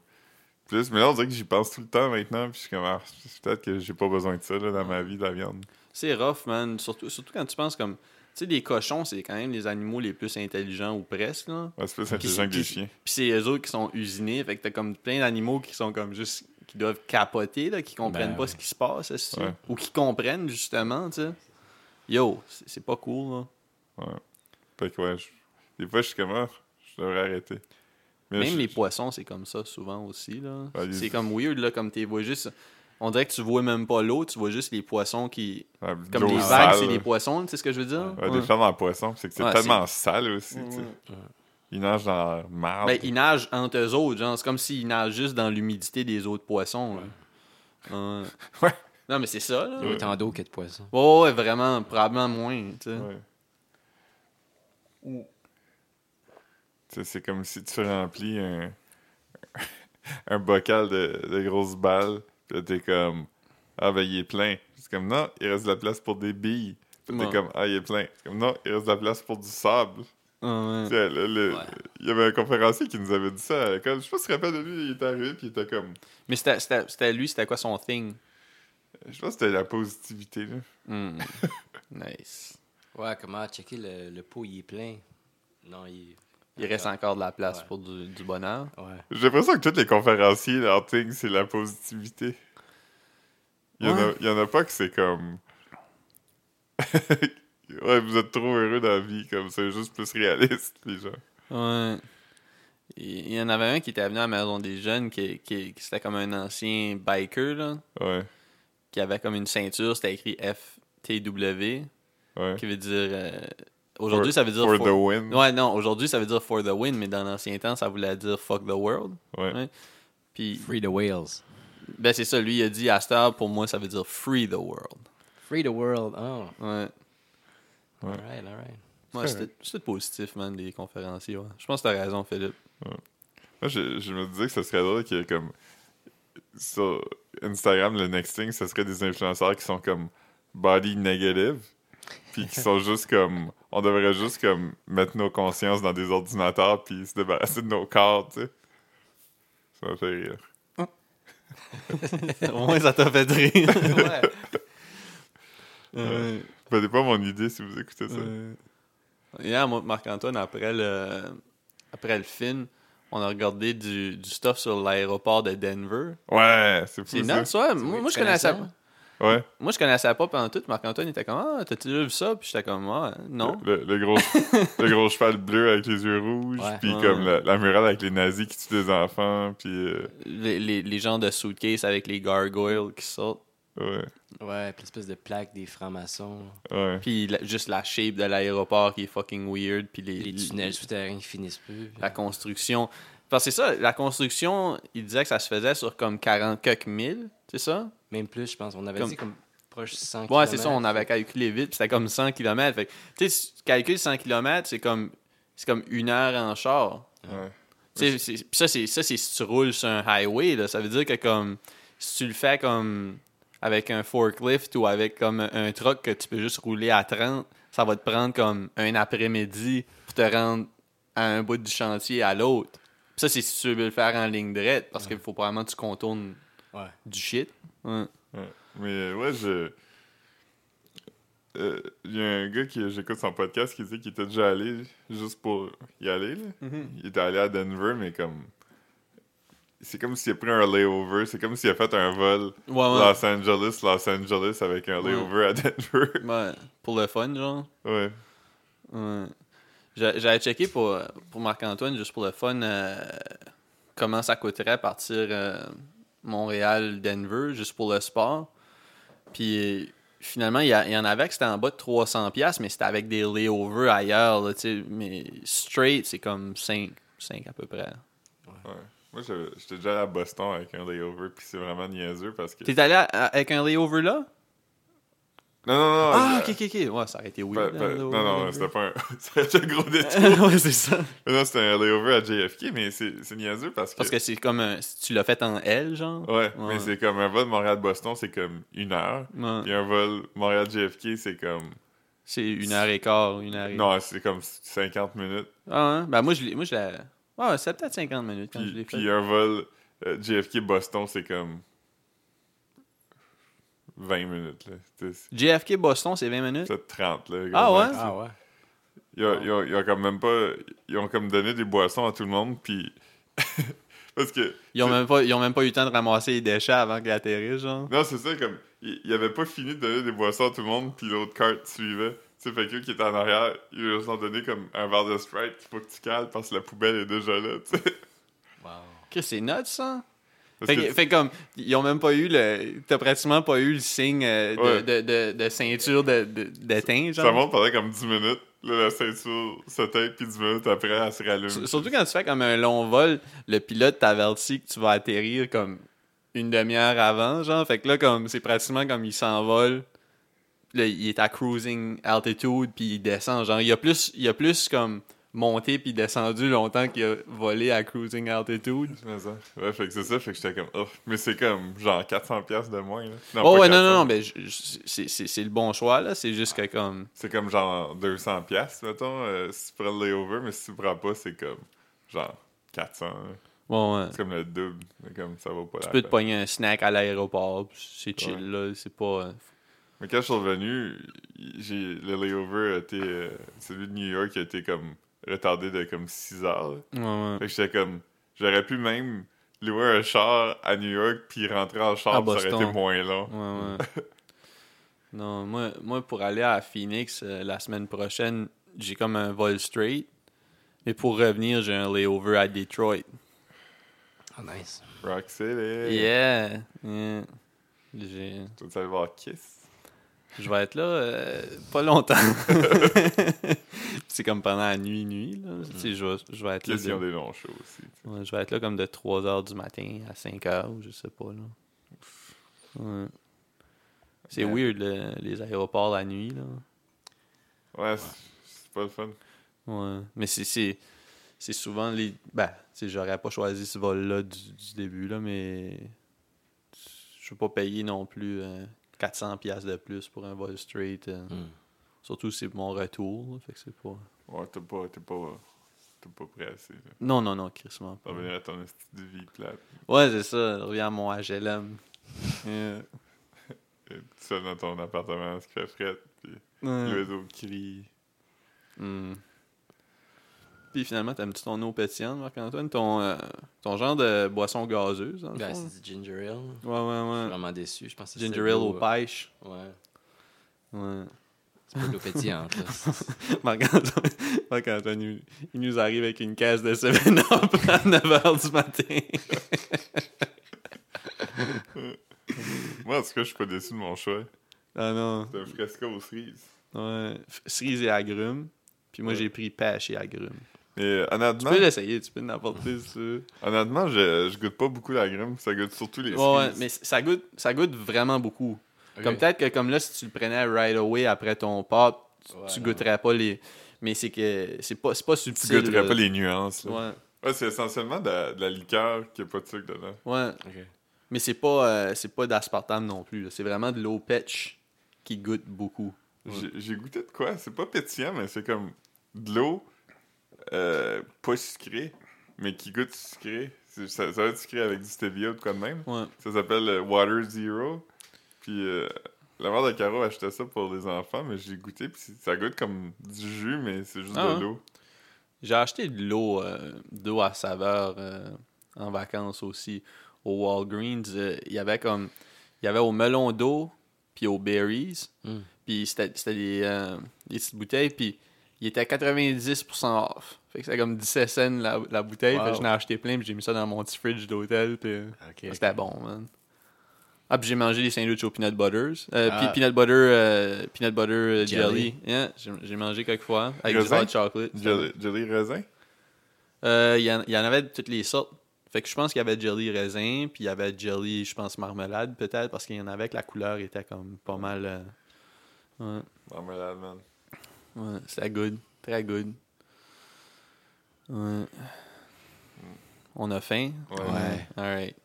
A: Plus, mais là, on dirait que j'y pense tout le temps maintenant, puis je suis comme, ah, peut-être que j'ai pas besoin de ça là, dans ma vie, de la viande.
B: C'est rough, man, surtout, surtout quand tu penses comme... Tu sais, les cochons, c'est quand même les animaux les plus intelligents ou presque, là.
A: Ouais, c'est plus
B: Puis c'est-
A: intelligent que les
B: puis-
A: chiens.
B: Puis c'est eux autres qui sont usinés, fait que t'as comme plein d'animaux qui sont comme juste... qui doivent capoter, là, qui comprennent
C: Ben
B: pas
C: ouais.
B: ce qui se passe, est-ce que-
A: Ouais.
B: ou qui comprennent, justement, tu sais. Yo, c'est c'est pas cool, là.
A: Fait que ouais, je- des fois, je suis comme, ah, je devrais arrêter. Mais
B: Même
A: je-
B: les poissons, c'est comme ça souvent aussi. là.
A: Ah, les-
B: c'est comme weird, là, comme tu vois juste. On dirait que tu vois même pas l'eau, tu vois juste les poissons qui.
A: ouais,
B: Comme
A: l'eau
B: des vagues,
A: sale,
B: c'est
A: là.
B: des poissons, tu sais ce que je veux dire?
A: Ouais,
B: Ouais.
A: Des femmes en poisson, c'est que c'est
B: Ouais,
A: tellement sale aussi,
B: Ouais,
A: tu sais.
B: ouais.
A: Ils nagent dans la marde.
B: Ben, ils nagent entre eux autres, genre. C'est comme s'ils nagent juste dans l'humidité des autres poissons. là. Ouais.
A: Ouais.
B: Non, mais c'est ça, là.
C: Il y a autant d'eau que de poissons.
B: Ouais, ouais, ouais, vraiment, probablement moins, tu sais.
A: Ouais. Tu sais, C'est comme si tu remplis un, un bocal de, de grosses balles, puis là, t'es comme, ah ben il est plein. C'est comme, non, il reste de la place pour des billes. Puis là,
B: Ouais.
A: t'es comme, ah il est plein. C'est comme, non, il reste de la place pour du sable.
B: Ouais, ouais.
A: Tu sais, le- le-
C: Ouais.
A: Il y avait un conférencier qui nous avait dit ça à l'école. Je sais pas si tu te rappelles de lui, il était arrivé, puis il était comme,
B: Mais c'était- c'était c'était lui, c'était quoi son thing?
A: je pense que c'était la positivité, là.
B: Hmm. nice.
C: Ouais, comment checker le, le pot, il est plein. Non, il.
B: Il reste encore de la place
C: Ouais.
B: pour du- du bonheur.
C: Ouais.
A: J'ai l'impression que tous les conférenciers, leur thing, c'est la positivité. Il y, en a,
B: Ouais.
A: il y en a pas que c'est comme. ouais, vous êtes trop heureux dans la vie, comme c'est juste plus réaliste, les gens.
B: Ouais. Il il y en avait un qui était venu à la maison des jeunes, qui, qui, qui- c'était comme un ancien biker, là,
A: Ouais,
B: qui avait comme une ceinture, c'était écrit FTW,
A: ouais.
B: qui veut dire. euh, aujourd'hui,
A: For-
B: ça veut dire.
A: For
B: for-
A: the win.
B: Ouais, non, aujourd'hui, ça veut dire for the win, mais dans l'ancien temps, ça voulait dire fuck the world.
A: Ouais.
B: Ouais. Puis,
C: Free the whales.
B: ben c'est ça, lui, il a dit à cette heure, pour moi, ça veut dire free the world.
C: Free the world. Oh.
B: Ouais.
A: Ouais.
C: Alright, alright.
B: Moi, c'était c'était positif, man, les conférenciers. ouais. Je pense que t'as raison, Philippe.
A: Moi, je, je me disais que ce serait drôle qu'il y ait comme. Sur Instagram, le next thing, ce serait des influenceurs qui sont comme body negative, puis qui sont juste comme. On devrait juste comme mettre nos consciences dans des ordinateurs, puis se débarrasser de nos corps, tu sais. Ça me fait rire.
B: Au moins, ça t'a fait rire.
C: ouais.
B: Ouais.
A: C'était pas mon idée si vous écoutez ça.
B: Euh, Hier, moi, Marc-Antoine, après le, après le film, on a regardé du, du stuff sur l'aéroport de Denver.
A: Ouais, c'est fou.
B: C'est nuts,
A: ça.
B: ouais.
C: vrai
B: Moi,
C: que
B: moi, je
C: tu
B: connaissais
C: connaissais?
B: pas.
A: Ouais.
B: Moi, je connaissais pas pendant tout. Marc-Antoine était comme Ah, t'as-tu déjà vu ça Puis j'étais comme Ah, non.
A: Le, le gros, le gros cheval bleu avec les yeux rouges,
C: Ouais.
A: puis
B: Ouais.
A: comme la, la murale avec les nazis qui tuent des enfants, puis euh,
B: Les, les, les genres de suitcase avec les gargoyles qui sortent.
A: ouais,
C: Ouais, puis l'espèce de plaque des francs-maçons.
A: ouais.
B: Puis la- juste la shape de l'aéroport qui est fucking weird. Puis les,
C: Les tunnels souterrains qui finissent plus.
B: La construction. Parce que c'est ça, la construction, il disait que ça se faisait sur comme 40 quelques mille, c'est ça?
C: Même plus, je pense. On avait
B: Comme-
C: dit comme proche de 100
B: Ouais, c'est ça, on
C: kilomètres.
B: avait calculé vite, puis c'était comme 100 km. Fait que, tu sais, si tu calcules 100 km, c'est comme, c'est comme une heure en char.
A: ouais.
B: Tu sais, c'est- puis ça, c'est ça, c'est si tu roules sur un highway, là. Ça veut dire que comme, si tu le fais comme avec un forklift ou avec comme un truck que tu peux juste rouler à 30, ça va te prendre comme un après-midi pour te rendre à un bout du chantier à l'autre. Puis Ça, c'est si tu veux le faire en ligne droite, parce qu'il faut probablement que tu contournes
C: Ouais.
B: du shit. Ouais.
A: Ouais. Mais euh, ouais, je. Euh, Il y a un gars qui j'écoute son podcast qui dit qu'il était déjà allé juste pour y aller. là.
B: Mm-hmm.
A: Il était allé à Denver, mais comme. C'est comme s'il a pris un layover. C'est comme s'il a fait un vol
B: Ouais, ouais.
A: Los Angeles, Los Angeles avec un
B: Ouais.
A: layover à Denver.
B: Ouais, pour le fun, genre.
A: ouais.
B: Ouais. J'a- J'avais checké pour, pour Marc-Antoine, juste pour le fun, euh, comment ça coûterait partir euh, Montréal-Denver, juste pour le sport. Puis euh, finalement, il y, a- il y en avait que c'était en bas de 300$, piastres, mais c'était avec des layovers ailleurs. là, tu sais. mais straight, c'est comme 5, 5 à peu près.
A: ouais. Moi, j'avais- j'étais déjà allé à Boston avec un layover, puis c'est vraiment niaiseux parce que.
B: T'es allé à- à- avec un layover là?
A: Non, non, non.
B: Ah, ok,
A: je-
B: ok, ok. Ouais, ça aurait été
A: pa-
B: weird.
A: pa-
B: un
A: non,
B: layover
A: non,
B: Denver.
A: c'était pas un. c'était un gros détour.
B: ouais, c'est ça.
A: Mais non, c'était un layover à JFK, mais c'est c'est niaiseux parce que.
B: Parce que c'est comme un- si tu l'as fait en L, genre.
A: Ouais,
B: Ouais.
A: mais c'est comme un vol Montréal-Boston, c'est comme une heure.
B: Ouais.
A: Puis un vol Montréal-JFK, c'est comme.
B: C'est une heure et quart, une heure et
A: Non, c'est comme 50 minutes.
B: Ah, hein? Ben, moi, je l'ai. Moi, je l'ai... Ouais, c'est peut-être 50 minutes quand je
A: Puis,
B: l'ai fait.
A: puis un vol euh, JFK-Boston, c'est comme. 20 minutes, là. Tu sais,
B: JFK Boston, c'est 20 minutes.
A: C'est 30, là.
B: Ah
A: gros
B: ouais?
A: max.
C: Ah ouais.
A: Ils ont, ils ont- ils ont comme même pas. Ils ont comme donné des boissons à tout le monde, puis. Parce que.
B: Ils ont, même pas, ils ont même pas eu le temps de ramasser les déchets avant qu'il atterrisse, genre.
A: Non, c'est ça, comme, il, il avait pas fini de donner des boissons à tout le monde, puis l'autre carte suivait. Tu sais, fait qu'eux qui étaient en arrière, ils leur ont donné comme un verre de Sprite qu'il faut que tu cales parce que la poubelle est déjà là, tu sais.
C: Wow.
B: Chris, c'est nuts, ça.
A: Parce
B: Fait, que-
A: que-
B: fait comme, ils ont même pas eu le. T'as pratiquement pas eu le signe euh, de,
A: Ouais.
B: de, de, de ceinture de, de, d'étain, genre.
A: Ça monte pendant comme 10 minutes, là, la ceinture se tape, puis 10 minutes après, elle se rallume.
B: S- Surtout quand tu fais comme un long vol, le pilote t'avertit que tu vas atterrir comme une demi-heure avant, genre. Fait que là, comme c'est pratiquement comme il s'envole. Là, il est à cruising altitude, puis il descend. Genre, il a plus, il a plus comme monté puis descendu longtemps qu'il a volé à cruising altitude.
A: Mais ça- Ouais, fait que c'est ça, fait que j'étais comme, oh, mais c'est comme, genre, 400$ piastres de moins, là. Non,
B: oh
A: pas
B: ouais, non, non,
A: 400,
B: non, ben, je- je- c'est- c'est c'est le bon choix, là. C'est juste que comme.
A: C'est comme, genre, 200$, piastres, mettons, euh, si tu prends le layover, mais si tu prends pas, c'est comme, genre, 400. là.
B: Bon, ouais.
A: C'est comme le double, mais comme, ça vaut pas la
B: Tu peux te
A: peine.
B: pogner un snack à l'aéroport, puis c'est chill, là. C'est pas. euh,
A: Mais quand je suis revenu, j'ai, le layover a été. euh, celui de New York a été comme retardé de comme 6 heures. là.
B: Ouais, ouais.
A: Fait que j'étais comme. J'aurais pu même louer un char à New York puis rentrer en
B: À
A: char, puis ça aurait
B: Boston.
A: été moins long.
B: Ouais, ouais. non, moi, moi, pour aller à Phoenix euh, la semaine prochaine, j'ai comme un vol straight. Mais pour revenir, j'ai un layover à Detroit.
C: Ah, nice.
A: Rock City!
B: Yeah! yeah. J'ai-
A: Tu vas aller voir Kiss?
B: Je vais être là euh, pas longtemps. C'est comme pendant la nuit, nuit. Là. Tu sais, Je vais, je vais être là
A: Kiss, ils ont
B: de-
A: des longs shows aussi. tu sais.
B: ouais, je vais être là comme de 3h du matin à 5h ou je sais pas. là. Ouais. C'est
A: Ouais.
B: weird le- les aéroports la nuit. Là.
A: Ouais, c'est, c'est pas le fun.
B: Ouais. Mais c'est- c'est c'est souvent les. Ben, tu sais, j'aurais pas choisi ce vol-là du, du début, là, mais. Je veux pas payer non plus euh, 400$ piastres de plus pour un vol straight. euh.
C: Hmm.
B: Surtout si c'est mon retour. là, fait que c'est pas.
A: Ouais, t'es pas, t'es pas, t'es pas prêt assez. Là.
B: Non, non, non, crissement pas.
A: T'en venir à ton esti de vie plate.
B: Ouais, c'est ça. Reviens à mon HLM. Euh,
A: T'es tout seul dans ton appartement, ce qui
B: Hein.
A: fait frette, puis
B: euh,
A: l'oiseau crie.
B: hmm. Puis finalement, t'aimes-tu ton eau pétillante, Marc-Antoine? Ton, euh, ton genre de boisson gazeuse, dans le
C: Ben,
B: fond,
C: c'est du ginger
B: là? Ouais,
C: ale. Je suis
B: ouais, ouais.
C: vraiment déçu. Je pense que c'est
B: Ginger
C: ça,
B: ale
C: l'eau,
B: aux pêches.
C: euh, Ouais.
B: Ouais.
C: C'est pas de l'eau pétillante. là.
B: Marc-Antoine, Marc-Antoine, il- il nous arrive avec une caisse de 7-Up à 9h du matin.
A: Moi, en tout cas, je suis pas déçu de mon choix.
B: Ah non.
A: C'est un fresco aux cerises.
B: Ouais. F- Cerise et agrumes. Puis moi,
A: Ouais.
B: j'ai pris pêche et agrumes.
A: Mais euh,
B: Tu
A: honnêtement,
B: peux l'essayer, tu peux l'apporter, si tu veux.
A: honnêtement je, je goûte pas beaucoup la grume. Ça goûte surtout les
B: Ouais,
A: cerises.
B: ouais, mais c- ça goûte, ça goûte vraiment beaucoup. Comme peut-être que comme là, si tu le prenais right away après ton pop, tu,
C: Ouais,
B: tu
C: non.
B: goûterais pas les... Mais c'est que c'est pas, c'est pas subtil.
A: Tu goûterais
B: là.
A: pas les nuances. là. Ouais,
B: Ouais,
A: c'est essentiellement de, la- de la liqueur qui a pas de sucre dedans.
B: ouais.
C: Ok.
B: Mais c'est pas, euh, c'est pas d'aspartame non plus. là. C'est vraiment de l'eau pêche qui goûte beaucoup.
A: J'ai- J'ai goûté de quoi? C'est pas pétillant, mais c'est comme de l'eau euh, pas sucrée, mais qui goûte sucrée. C'est- Ça, ça va être sucré avec du stevia ou de quoi de même.
B: Ouais.
A: Ça s'appelle euh, Water Zero. Puis euh, la mère de Caro achetait ça pour les enfants, mais j'ai goûté. Puis c'est- ça goûte comme du jus, mais c'est juste
B: Ah ouais.
A: de l'eau.
B: J'ai acheté de l'eau euh, d'eau à saveur euh, en vacances aussi au Walgreens. Euh, Il y avait comme il y avait au melon d'eau puis aux berries.
C: Mm.
B: Puis c'était c'était des, euh, des petites bouteilles puis il était à 90% off. Fait que c'était comme 17 cents la, la bouteille. Fait que
C: Wow.
B: j'en ai acheté plein puis j'ai mis ça dans mon petit fridge d'hôtel puis euh,
C: Ok,
B: c'était bon, man. Ah, puis j'ai mangé des sandwichs au peanut butters. Euh,
C: Ah.
B: Puis peanut butter, euh, peanut butter euh, jelly.
C: Jelly.
B: Yeah, j'ai j'ai mangé quelques fois avec du
A: Raisin?
B: hot chocolate.
A: Jelly, jelly raisin?
B: Euh, Il y, en- il y en avait de toutes les sortes. Fait que je pense qu'il y avait jelly raisin, puis il y avait jelly, je pense, marmelade peut-être, parce qu'il y en avait que la couleur était comme pas mal. euh, Ouais,
A: Marmelade, man.
B: ouais, c'était good. Très good. Ouais. On a faim?
A: Ouais.
C: Ouais.
B: Alright.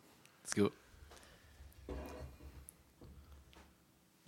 C: Let's go.